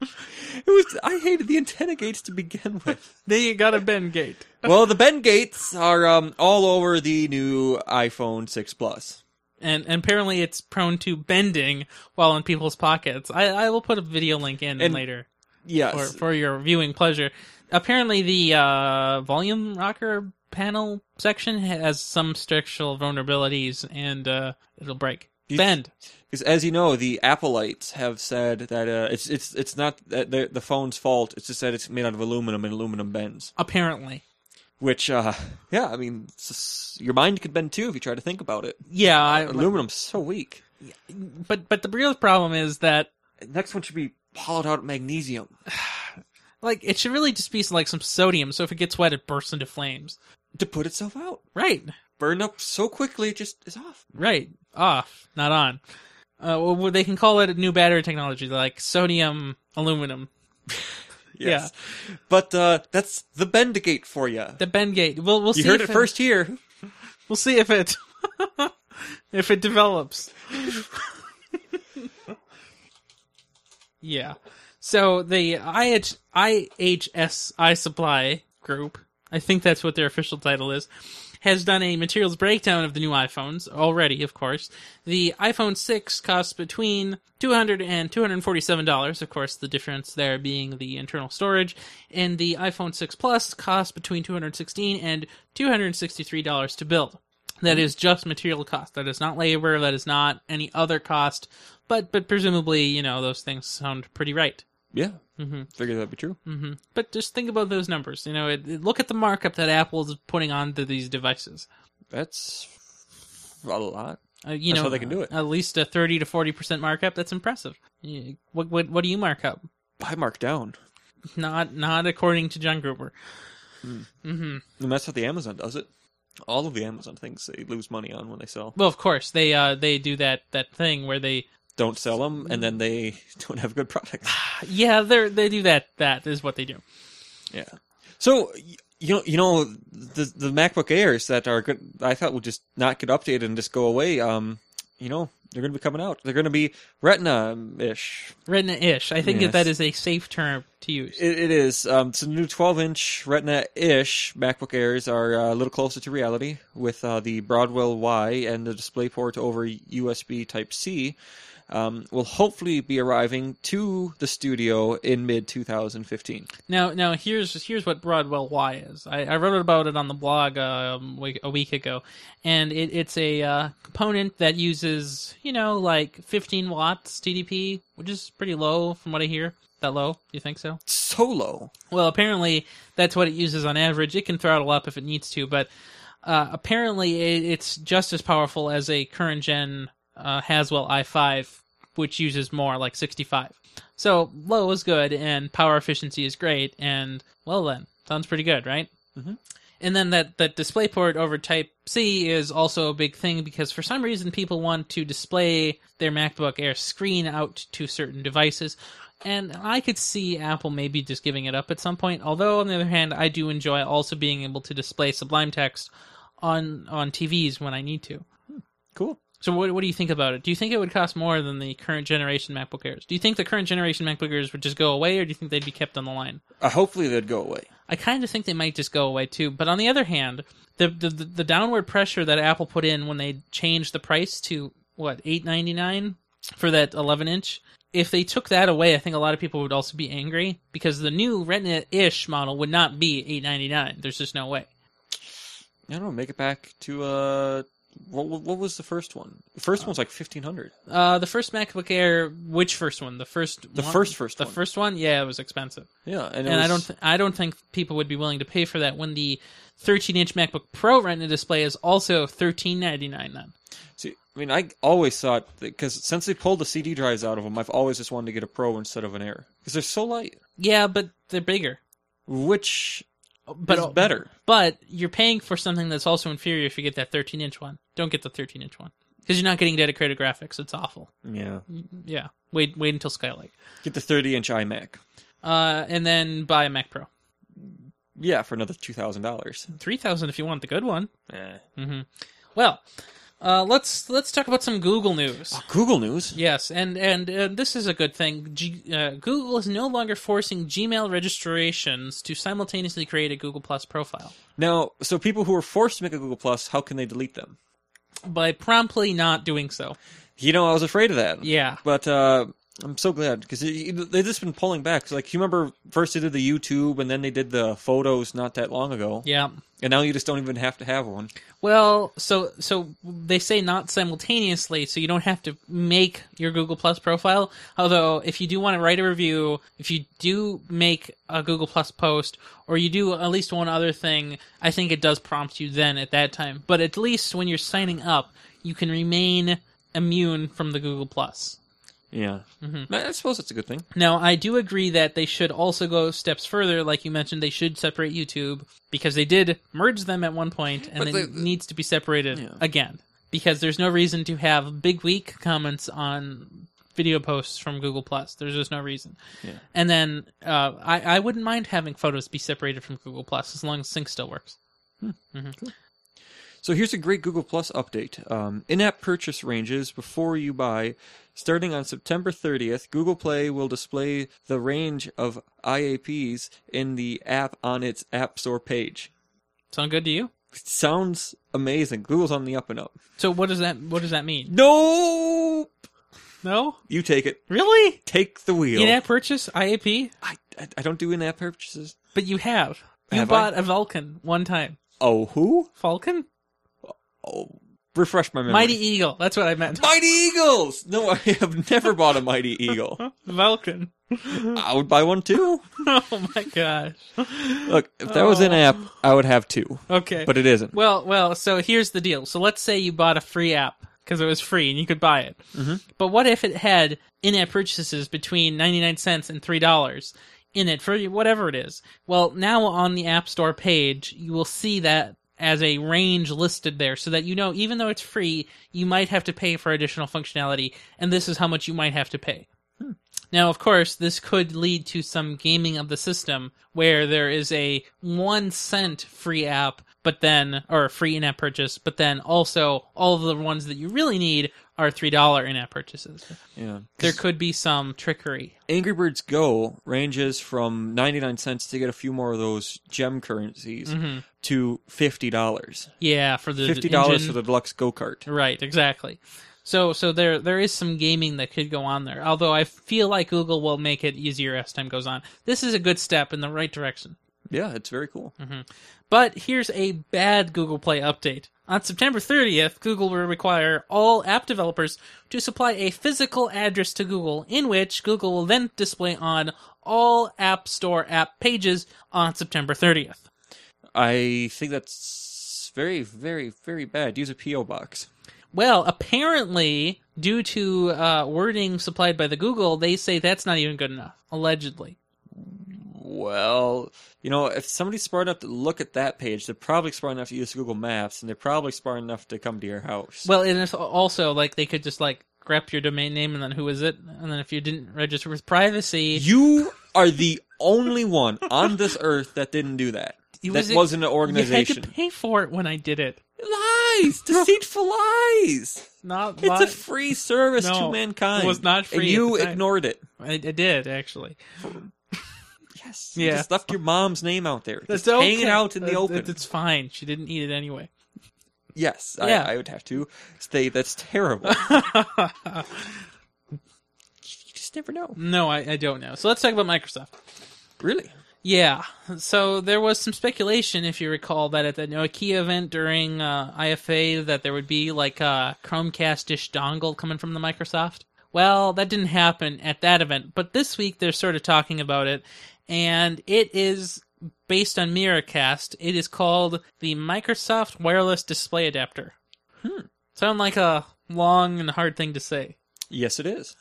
it was I hated the antenna gates to begin with. Then you got a bend gate. Well, the bend gates are um, all over the new iPhone 6 Plus. And, and apparently it's prone to bending while in people's pockets. I, I will put a video link in And- later. for, Yes. for your viewing pleasure. Apparently, the uh, volume rocker panel section has some structural vulnerabilities, and uh, it'll break. You- Bend. 'Cause as you know, the Appleites have said that uh, it's it's it's not that the, the phone's fault. It's just that it's made out of aluminum and aluminum bends. Apparently, Which, uh, [LAUGHS] yeah, I mean, it's just- your mind could bend too if you try to think about it. yeah. I, Aluminum's so weak. but but the real problem is that Next one should be hollowed out magnesium. like it should really just be like some sodium. So if it gets wet, it bursts into flames. to put itself out. Right. Burn up so quickly, it just is off. Right. Off. Not on. Uh, well, they can call it a new battery technology, like sodium aluminum. Yeah. But uh, that's the Bendigate for you. The bend gate. We'll we'll you see. heard if it first here. We'll see if it [LAUGHS] if it develops. yeah. So the IH, IHSI Supply Group, I think that's what their official title is, has done a materials breakdown of the new iPhones already. Of course, the iPhone six costs between two hundred and two hundred forty-seven dollars. Of course, the difference there being the internal storage, and the iPhone six Plus costs between two hundred sixteen and two hundred sixty-three dollars to build. That is just material cost. That is not labor. That is not any other cost. But but presumably, you know, those things sound pretty right. Yeah. hmm Figured that'd be true. hmm But just think about those numbers. You know, it, it- look at the markup that Apple is putting onto these devices. That's a lot. Uh, you That's know, how they can do it. At least a thirty to forty percent markup. That's impressive. You- What what what do you mark up? [LAUGHS] I mark down. Not not according to John Gruber. hmm And that's how the Amazon does it. All of the Amazon things they lose money on when they sell. Well, of course they uh they do that that thing where they Don't sell them, and then they [LAUGHS] don't have good products. yeah they they do that that is what they do. Yeah. So y- you know, you know, the the MacBook Airs that are good, I thought would just not get updated and just go away. Um, you know, they're going to be coming out. They're going to be Retina ish. Retina ish. I think Yes. that that is a safe term to use. It, it is. Um, so the new 12 inch Retina ish MacBook Airs are uh, a little closer to reality with uh, the Broadwell Y and the DisplayPort over USB Type C. Um, will hopefully be arriving to the studio in mid 2015. Now, now here's here's what Broadwell Y is. I, I wrote about it on the blog um, we- a week ago, and it, it's a uh, component that uses you know like 15 watts TDP, which is pretty low from what I hear. That low? You think so? Solo. Well, apparently that's what it uses on average. It can throttle up if it needs to, but uh, apparently it, it's just as powerful as a current gen uh, Haswell i5, which uses more, like 65. So low is good, and power efficiency is great, and well then, sounds pretty good, right? Mhm. And then that that DisplayPort over Type C is also a big thing because for some reason people want to display their MacBook Air screen out to certain devices, and I could see Apple maybe just giving it up at some point. Although, on the other hand, I do enjoy also being able to display Sublime Text on on TVs when I need to. Cool. So what what do you think about it? Do you think it would cost more than the current generation MacBook Airs? Do you think the current generation MacBook Airs would just go away, or do you think they'd be kept on the line? Uh, hopefully they'd go away. I kind of think they might just go away too. But on the other hand, the the, the, the downward pressure that Apple put in when they changed the price to what eight ninety nine for that eleven inch. If they took that away, I think a lot of people would also be angry because the new Retina ish model would not be eight ninety nine. There's just no way. I don't know. Make it back to uh, what, what what was the first one? The first one's like fifteen hundred. Uh, the first MacBook Air, which first one? The first, The one? first first the one. first one. Yeah, it was expensive, Yeah, and, it and I was- don't, th- I don't think people would be willing to pay for that when the 13-inch MacBook Pro Retina display is also thirteen ninety nine. Then see. I mean, I always thought because since they pulled the CD drives out of them, I've always just wanted to get a Pro instead of an Air because they're so light, yeah, but they're bigger. which But is better. But you're paying for something that's also inferior if you get that 13-inch one. Don't get the 13-inch one because you're not getting dedicated graphics. It's awful. Yeah, Yeah, wait, wait until Skylight, get the thirty-inch iMac. uh, and then buy a Mac Pro. Yeah, for another two thousand dollars. Three thousand if you want the good one. Mm-hmm. Eh. Well, uh, let's let's talk about some Google news. Ah, Google News. Yes, and and uh, this is a good thing. G- uh, Google is no longer forcing Gmail registrations to simultaneously create a Google Plus profile Now, so people who are forced to make a Google Plus, how can they delete them? by promptly not doing so. You know, I was afraid of that. Yeah. But uh, I'm so glad because they've just been pulling back. 'Cause, Like you remember, first they did the YouTube, and then they did the photos not that long ago. Yeah. And now you just don't even have to have one. Well, so so they say not simultaneously, so you don't have to make your Google Plus profile. Although, if you do want to write a review, if you do make a Google Plus post, or you do at least one other thing, I think it does prompt you then at that time. But at least when you're signing up, you can remain immune from the Google Plus. Yeah. Mm-hmm. I I suppose it's a good thing. Now, I do agree that they should also go steps further, like you mentioned, they should separate YouTube because they did merge them at one point, and But it the- needs to be separated Yeah. again because there's no reason to have big week comments on video posts from Google Plus. There's just no reason. Yeah. And then uh, I I wouldn't mind having photos be separated from Google Plus as long as sync still works. So here's a great Google Plus update. Um, in-app purchase ranges before you buy. Starting on September 30th, Google Play will display the range of IAPs in the app on its App Store page. Sound good to you? Sounds amazing. Google's on the up and up. So what does that what does that mean? Nope. No, You take it. really? Take the wheel. In-app purchase IAP, I, I, I don't do in-app purchases. but you have you Have I? bought a Vulcan one time. Oh, who? Falcon? Oh, refresh my memory. Mighty Eagle. That's what I meant. [LAUGHS] Mighty Eagles. No, I have never bought a Mighty [LAUGHS] Eagle. Vulcan. I would buy one too. Oh my gosh. Look, if that was in app, I would have two, Okay. but it isn't. well, well, so here's the deal. So let's say you bought a free app because it was free and you could buy it. Mm-hmm. But what if it had in-app purchases between 99 cents and $3 in it for whatever it is? Well, now on the App Store page, you will see that as a range listed there so that you know even though it's free, you might have to pay for additional functionality and this is how much you might have to pay. Now, of course, this could lead to some gaming of the system where there is a one cent free app, but then, or a free in app purchase, but then also all of the ones that you really need are $3 in app purchases. yeah. There could be some trickery. Angry Birds Go ranges from 99 cents to get a few more of those gem currencies Mm-hmm. to $50. Yeah, for the $50 engine- for the deluxe go-kart. Right, exactly. So so there there is some gaming that could go on there. Although I feel like Google will make it easier as time goes on. This is a good step in the right direction. Yeah, it's very cool. But here's a bad Google Play update. On September 30th, Google will require all app developers to supply a physical address to Google, in which Google will then display on all App Store app pages on September 30th. I think that's very, very, very bad. Use a PO box. Well, apparently, due to uh, wording supplied by the Google, they say that's not even good enough, allegedly. Well, you know, if somebody's smart enough to look at that page, they're probably smart enough to use Google Maps, and they're probably smart enough to come to your house. Well, and it's also like they could just like grab your domain name and then who is it? And then if you didn't register with privacy, you are the only one on this earth that didn't do that. It that was a- wasn't an you had organization. to pay for it when I did it. Lies, deceitful lies. Not It's li- a free service No, to mankind. it was not free And at you the time. ignored it. I, I did actually. Yes. You Yeah. just left your mom's name out there. Just It's okay. hang it out in the Uh, open. it- It's fine. She didn't eat it anyway. [LAUGHS] yes, Yeah. I, I would have to say that's terrible. you just never know. no, I, I don't know. So let's talk about Microsoft. Really? Yeah. So there was some speculation, if you recall, that at the Nokia event during uh, IFA, that there would be like a Chromecast-ish dongle coming from the Microsoft. Well, that didn't happen at that event, but this week they're sort of talking about it, and it is based on Miracast. It is called the Microsoft Wireless Display Adapter. Hmm. Sound like a long and hard thing to say. Yes, it is.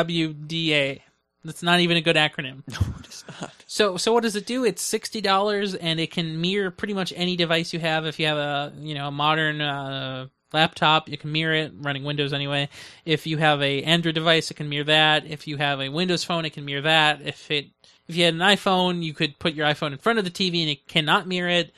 MWDA. That's not even a good acronym. [LAUGHS] No, it is not. So so what does it do? It's sixty dollars, and it can mirror pretty much any device you have. If you have a you know a modern uh, laptop, you can mirror it running Windows anyway. If you have a Android device, it can mirror that. If you have a Windows phone, it can mirror that. If it if you had an iPhone, you could put your iPhone in front of the TV, and it cannot mirror it.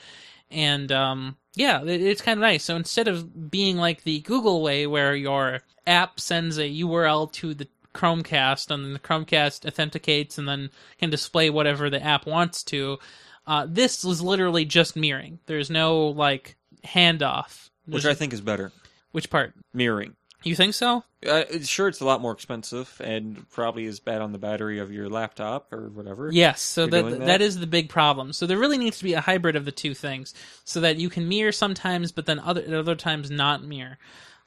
And um, yeah, it, it's kind of nice. So instead of being like the Google way, where your app sends a URL to the Chromecast, and then the Chromecast authenticates, and then can display whatever the app wants to. Uh, this was literally just mirroring. There's no like handoff. Which I There's- think is better. which part? Mirroring. You think so? Uh, it's- sure, it's a lot more expensive and probably is bad on the battery of your laptop or whatever. Yes, so You're that, doing that? that is the big problem. So there really needs to be a hybrid of the two things, so that you can mirror sometimes, but then other at other times not mirror.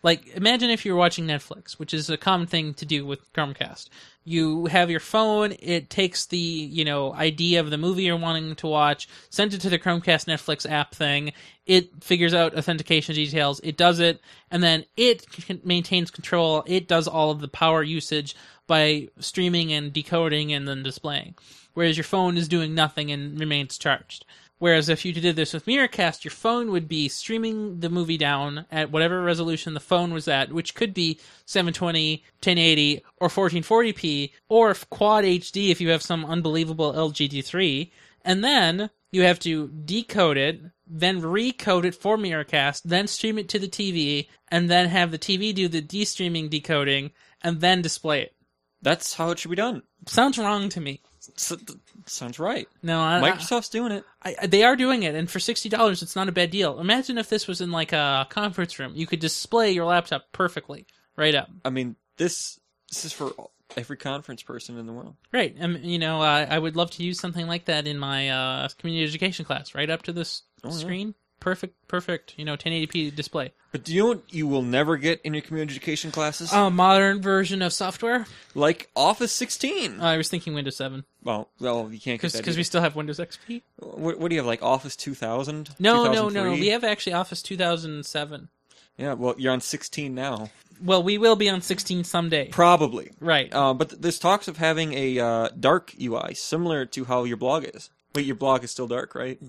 Like imagine if you're watching Netflix, which is a common thing to do with Chromecast. You have your phone; it takes the you know idea of the movie you're wanting to watch, sends it to the Chromecast Netflix app thing. It figures out authentication details. It does it, and then it c- maintains control. It does all of the power usage by streaming and decoding and then displaying whereas your phone is doing nothing and remains charged. Whereas if you did this with Miracast, your phone would be streaming the movie down at whatever resolution the phone was at, which could be 720, 1080, or 1440p, or if quad HD if you have some unbelievable LGD3, and then you have to decode it, then recode it for Miracast, then stream it to the TV, and then have the TV do the de-streaming decoding, and then display it. That's how it should be done. Sounds wrong to me. S- th- sounds right. No, I, I- Microsoft's doing it. I, I- they are doing it, and for sixty dollars, it's not a bad deal. Imagine if this was in like a conference room; you could display your laptop perfectly, right up, I mean, this this is for every conference person in the world. right. And you know, I, I would love to use something like that in my uh, community education class, right up to this Oh, yeah. screen, perfect, perfect. You know, 1080p display. But do you know what you will never get in your community education classes? A modern version of software. Uh, like Office 16. I was thinking Windows 7 well, well, you can't get that. because we either. still have Windows XP. what, what do you have, like Office 2000? No, no, no. 2003? We have actually Office 2007. Yeah, well, you're on 16 now. Well, we will be on 16 someday, Probably. right? Uh, but th- there's talks of having a uh, dark UI similar to how your blog is. Wait, your blog is still dark, right?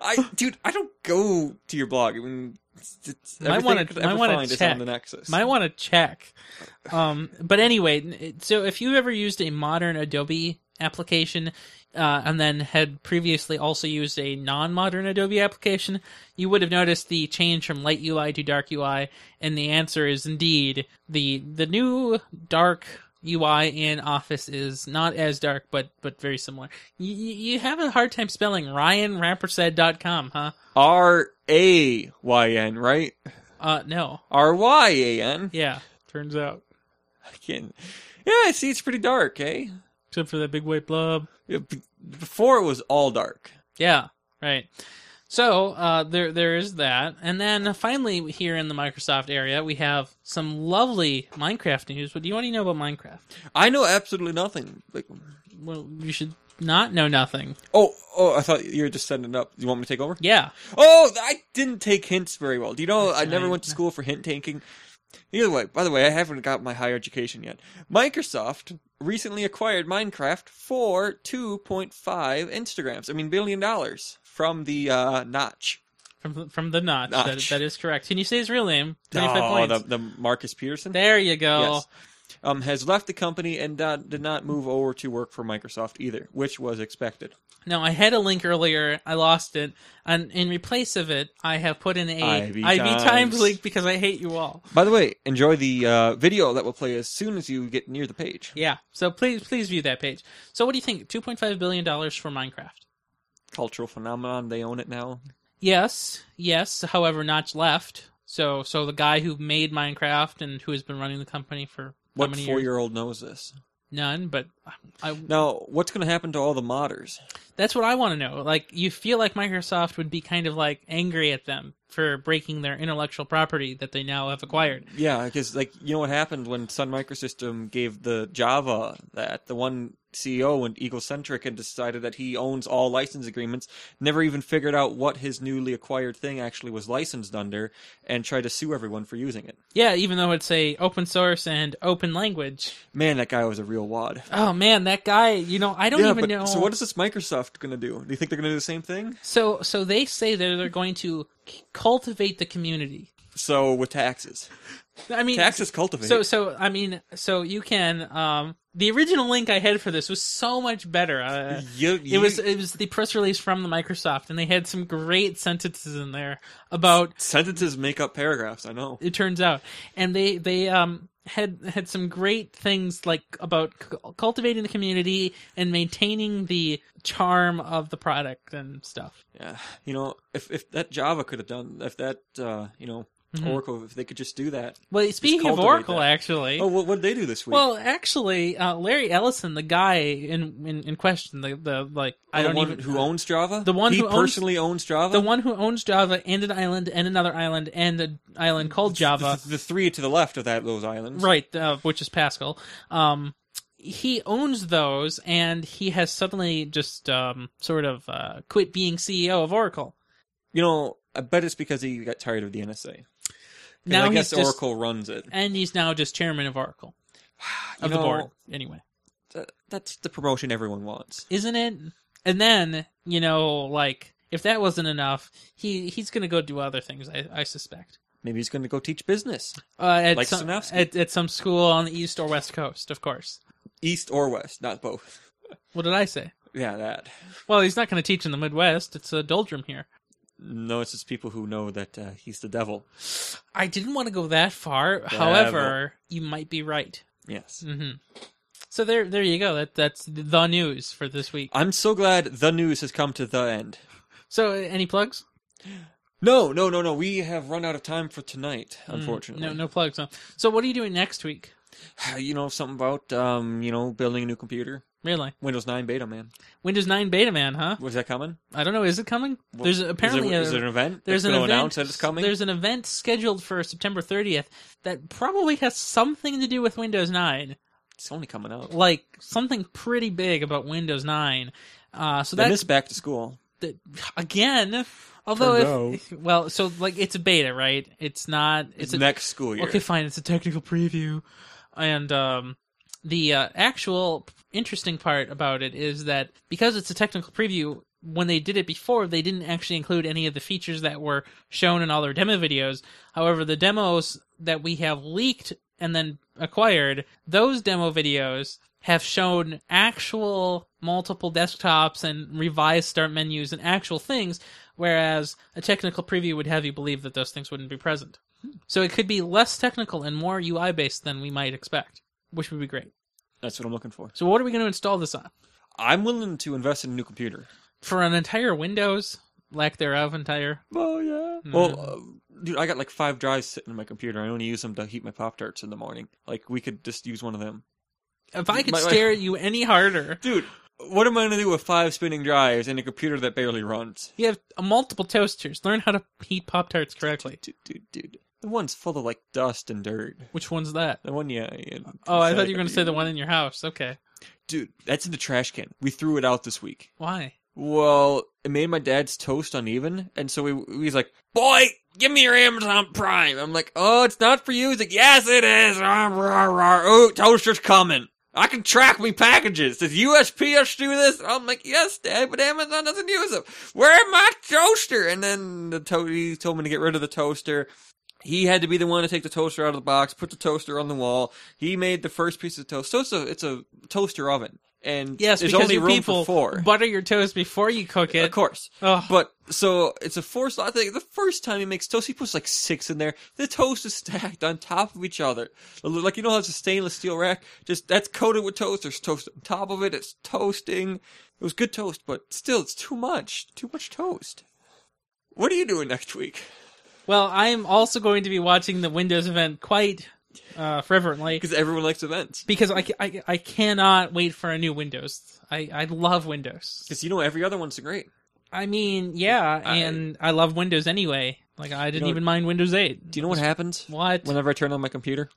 I, dude, I don't go to your blog. I mean, it's, it's, Might everything wanna- I could might ever wanna find is check. on the Nexus. Might want to check. Um, but anyway, it- so if you've ever used a modern Adobe application uh, and then had previously also used a non modern Adobe application, you would have noticed the change from light UI to dark UI. And the answer is indeed the the new dark UI in Office is not as dark, but but very similar. You, you have a hard time spelling RyanRappersaid.com, huh? R A Y N, right? Uh, no. R Y A N. Yeah, turns out. I can- Yeah, see, it's pretty dark, eh? Except for that big white blob. Yeah, b- Before it was all dark. Yeah, right. So uh, there there is that, and then finally here in the Microsoft area we have some lovely Minecraft news. What do you want to know about Minecraft? I know absolutely nothing. Like, Well, you should not know nothing. oh, oh, I thought you were just setting it up. You want me to take over? Yeah, Oh, I didn't take hints very well. Do you know I never right. went to school for hint taking? Either way, by the way, I haven't got my higher education yet. Microsoft recently acquired Minecraft for 2.5 Instagrams, I mean billion dollars from the uh, Notch. from from the notch. That, Notch. that is correct. Can you say his real name? Twenty five Oh, points. the, the Marcus Peterson. There you go. Yes. um, has left the company and uh, did not move over to work for Microsoft either, which was expected. Now I had a link earlier, I lost it, and in replace of it, I have put in a Ivy IV times. Times. link because I hate you all. By the way, enjoy the uh, video that will play as soon as you get near the page. Yeah, so please please view that page. So what do you think? Two point five billion dollars for Minecraft. Cultural phenomenon, they own it now. Yes, yes. However, not left. So so the guy who made Minecraft and who has been running the company for how What many four years? year old knows this? None, but I, Now, what's going to happen to all the modders? That's what I want to know. Like, you feel like Microsoft would be kind of like angry at them for breaking their intellectual property that they now have acquired. Yeah, because like you know what happened when Sun Microsystem gave the Java that the one CEO went egocentric and decided that he owns all license agreements, never even figured out what his newly acquired thing actually was licensed under, and tried to sue everyone for using it. Yeah, even though it's a open source and open language. Man, that guy was a real wad. Oh man, that guy. You know, I don't yeah, even but know. so what is this Microsoft going to do? Do you think they're going to do the same thing? so so they say that they're going to c- cultivate the community. So with taxes, I mean, taxes cultivate. So so I mean, so you can. Um, the original link I had for this was so much better. Uh, You- it you- was it was the press release from the Microsoft, and they had some great sentences in there about sentences make up paragraphs. I know. it turns out and they they um had had some great things like about c- cultivating the community and maintaining the charm of the product and stuff Yeah, you know, if if that Java could have done, if that uh, you know Mhm. Oracle, if they could just do that. well speaking of cultivate oracle that. actually Oh, what, what did they do this week? well actually uh, larry ellison the guy in in, in question the, the like i Oh, the don't one even who owns Java. The one he who owns- personally owns, Java. the one who owns java and an island and another island and an island called [LAUGHS] java the, the three to the left of that those islands. right uh, which is pascal um he owns those and he has suddenly just um sort of uh quit being ceo of oracle You know, I bet it's because he got tired of the NSA. 'Cause now I guess he's just Oracle runs [SIGHS] it. and he's now just chairman of oracle You of the know, board anyway th- that's the promotion everyone wants. isn't it and then you know like if that wasn't enough he he's gonna go do other things i i suspect Maybe he's going to go teach business, uh, at, Like some, Sanofsky. at, at some school on the east or west coast of course east or west, not both. what did i say Yeah, that. well he's not gonna teach in the midwest it's a doldrum here No, it's just people who know that uh, he's the devil. I didn't want to go that far. Devil. However, you might be right. Yes. hmm So there, there you go. That that's the news for this week. I'm so glad the news has come to the end. So uh, any plugs? No, no, no, no. We have run out of time for tonight, unfortunately. Mm, No, no plugs. huh? So what are you doing next week? no. [SIGHS] You know something about um, you know, building a new computer? Really? Windows 9 beta, man. Windows 9 Beta Man, huh? Was that coming? I don't know. Is it coming? There's Is apparently there- a, is there an event that's there's an gonna event. announce that it's coming? There's an event scheduled for September 30th that probably has something to do with Windows 9, It's only coming out. like something pretty big about Windows 9. Uh, so Then that's it's back to school. the, again. Although, if, well, so like it's a beta, right? It's not. It's a, next school year. okay, fine. It's a technical preview, and um, the uh, actual interesting part about it is that because it's a technical preview, when they did it before, they didn't actually include any of the features that were shown in all their demo videos. However, the demos that we have leaked and then acquired, those demo videos have shown actual multiple desktops and revised start menus and actual things, whereas a technical preview would have you believe that those things wouldn't be present. So it could be less technical and more UI based than we might expect, which would be great. That's what I'm looking for. So what are we going to install this on? I'm willing to invest in a new computer. For an entire Windows, lack thereof, entire. Oh, yeah. Well, uh, Hmm. dude, I got like five drives sitting in my computer. I only use them to heat my Pop Tarts in the morning. Like, we could just use one of them. If I could My- my- stare at you any harder, Dude, what am I going to do with five spinning drives and a computer that barely runs? you have multiple toasters. Learn how to heat Pop Tarts correctly. Dude, dude, dude. The one's full of like dust and dirt. Which one's that? The one, yeah. yeah Oh, I thought you were going to say the one in your house. Okay. Dude, that's in the trash can. We threw it out this week. Why? Well, it made my dad's toast uneven, and so he, he's like, "Boy, give me your Amazon Prime." I'm like, "Oh, it's not for you." He's like, "Yes, it is." Rawr, rawr, rawr. Oh, toaster's coming. I can track me packages. Does USPS do this? I'm like, "Yes, Dad," but Amazon doesn't use them. Where my toaster? And then the to- he told me to get rid of the toaster. he had to be the one to take the toaster out of the box, put the toaster on the wall. He made the first piece of toast. So it's a, it's a toaster oven. And Yes, there's because only you room people for four. butter your toast before you cook it. Oh, Of course. Ugh. But so it's a four slot thing. The first time he makes toast, he puts like six in there. The toast is stacked on top of each other. Like you know how it's a stainless steel rack? Just that's coated with toast. There's toast on top of it. It's toasting. It was good toast, but still it's too much. Too much toast. What are you doing next week? Well, I am also going to be watching the Windows event quite uh, fervently Because everyone likes events. because I, ca- I, I cannot wait for a new Windows. I, I love Windows. Because you know every other one's great. I mean, yeah, I- and I love Windows anyway. Like I didn't know- even mind Windows 8. Do you know what happens What? whenever I turn on my computer?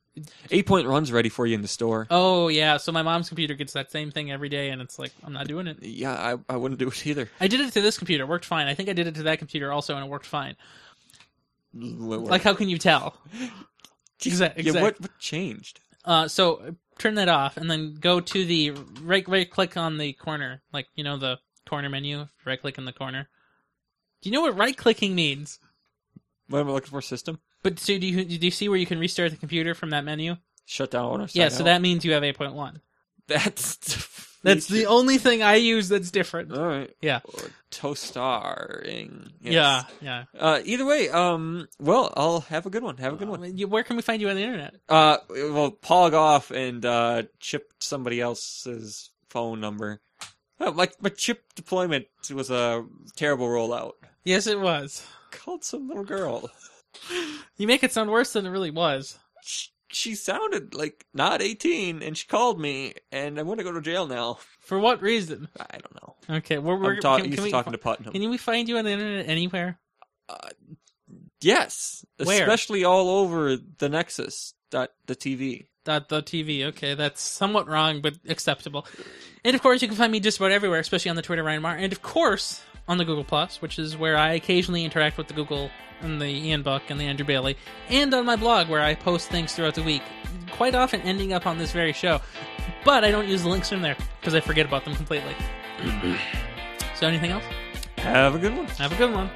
Eight Point Run's ready for you in the store. oh yeah, so my mom's computer gets that same thing every day, and it's like I'm not doing it. Yeah, I, I wouldn't do it either. I did it to this computer, it worked fine. I think I did it to that computer also, and it worked fine. Like Like how can you tell? Exact- Yeah, exact- what, what changed? Uh, so turn that off, and then go to the right right click on the corner, like you know the corner menu. Right click in the corner. Do you know what right clicking means? What am I looking for? System But so do you do you see where you can restart the computer from that menu? shut down or sign yeah, so out? that means you have eight point one. [LAUGHS] that's [LAUGHS] That's Oh, the only thing I use that's different. all right. Yeah. Toastaring. Yeah, Yes. yeah. Uh, either way, um, well, I'll have a good one. Have a good Uh, one. you- Where can we find you on the internet? Uh, well, pog off and uh, chip somebody else's phone number. Oh, my my chip deployment was a terrible rollout. Yes, it was. Called some little girl. You make it sound worse than it really was. She, she sounded like not eighteen, and she called me, and I'm gonna go to jail now. For what reason? I don't know. Okay, we're, we're I'm ta- can- used to can we talking to fi- Putnam. Can we find you on the internet anywhere? Yes, Where? especially all over the Nexus dot the TV. Dot the TV. Okay, that's somewhat wrong, but acceptable. And of course, you can find me just about everywhere, especially on the Twitter, Ryan Marr, and of course on the Google Plus, which is where I occasionally interact with the Google and the Ian Buck and the Andrew Bailey, and on my blog where I post things throughout the week, quite often ending up on this very show. But I don't use the links from there because I forget about them completely. [CLEARS THROAT] so, anything else? Have a good one. Have a good one.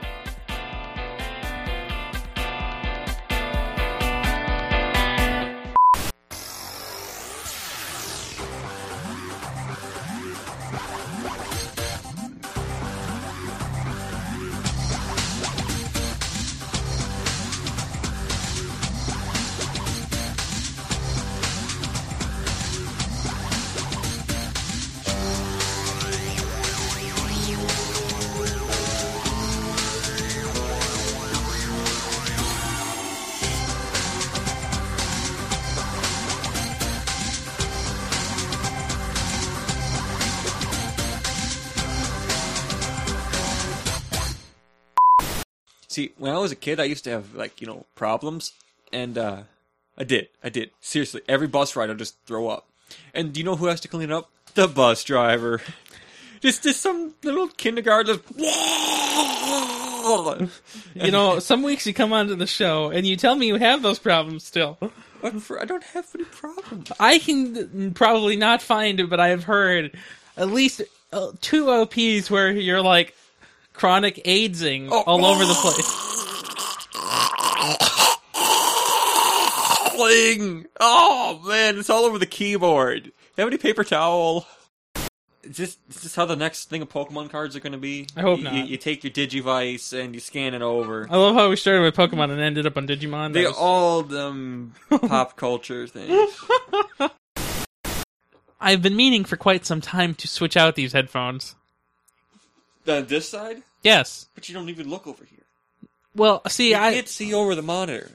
See, when I was a kid, I used to have like you know problems, and uh I did, I did. Seriously, every bus ride, I just throw up. And do you know who has to clean it up? The bus driver. [LAUGHS] Just, just some little [LAUGHS] kindergarten. You know, some weeks you come onto the show and you tell me you have those problems still. What for? I don't have any problems. I can probably not find it, but I have heard at least uh, two OPs where you're like chronic AIDSing Oh. all over the place. Cling. Oh man, it's all over the keyboard. Do you Have any paper towel? Is this, is this how the next thing of Pokemon cards are going to be? I hope you, not. Oh, You, you take your Digivice and you scan it over. I love how we started with Pokemon and ended up on Digimon. They That was- all [LAUGHS] them pop culture things. I've been meaning for quite some time to switch out these headphones. On this side, Yes. but you don't even look over here. Well, see, You I can't see over the monitor.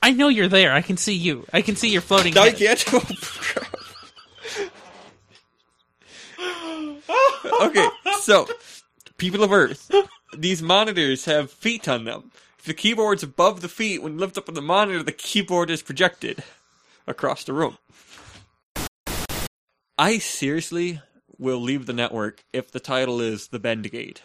I know you're there. I can see you. I can see your floating. No, you head. can't. okay, so people of Earth, these monitors have feet on them. If the keyboard's above the feet, when you lift up on the monitor, the keyboard is projected across the room. I seriously will leave the network if the title is The Bend Gate.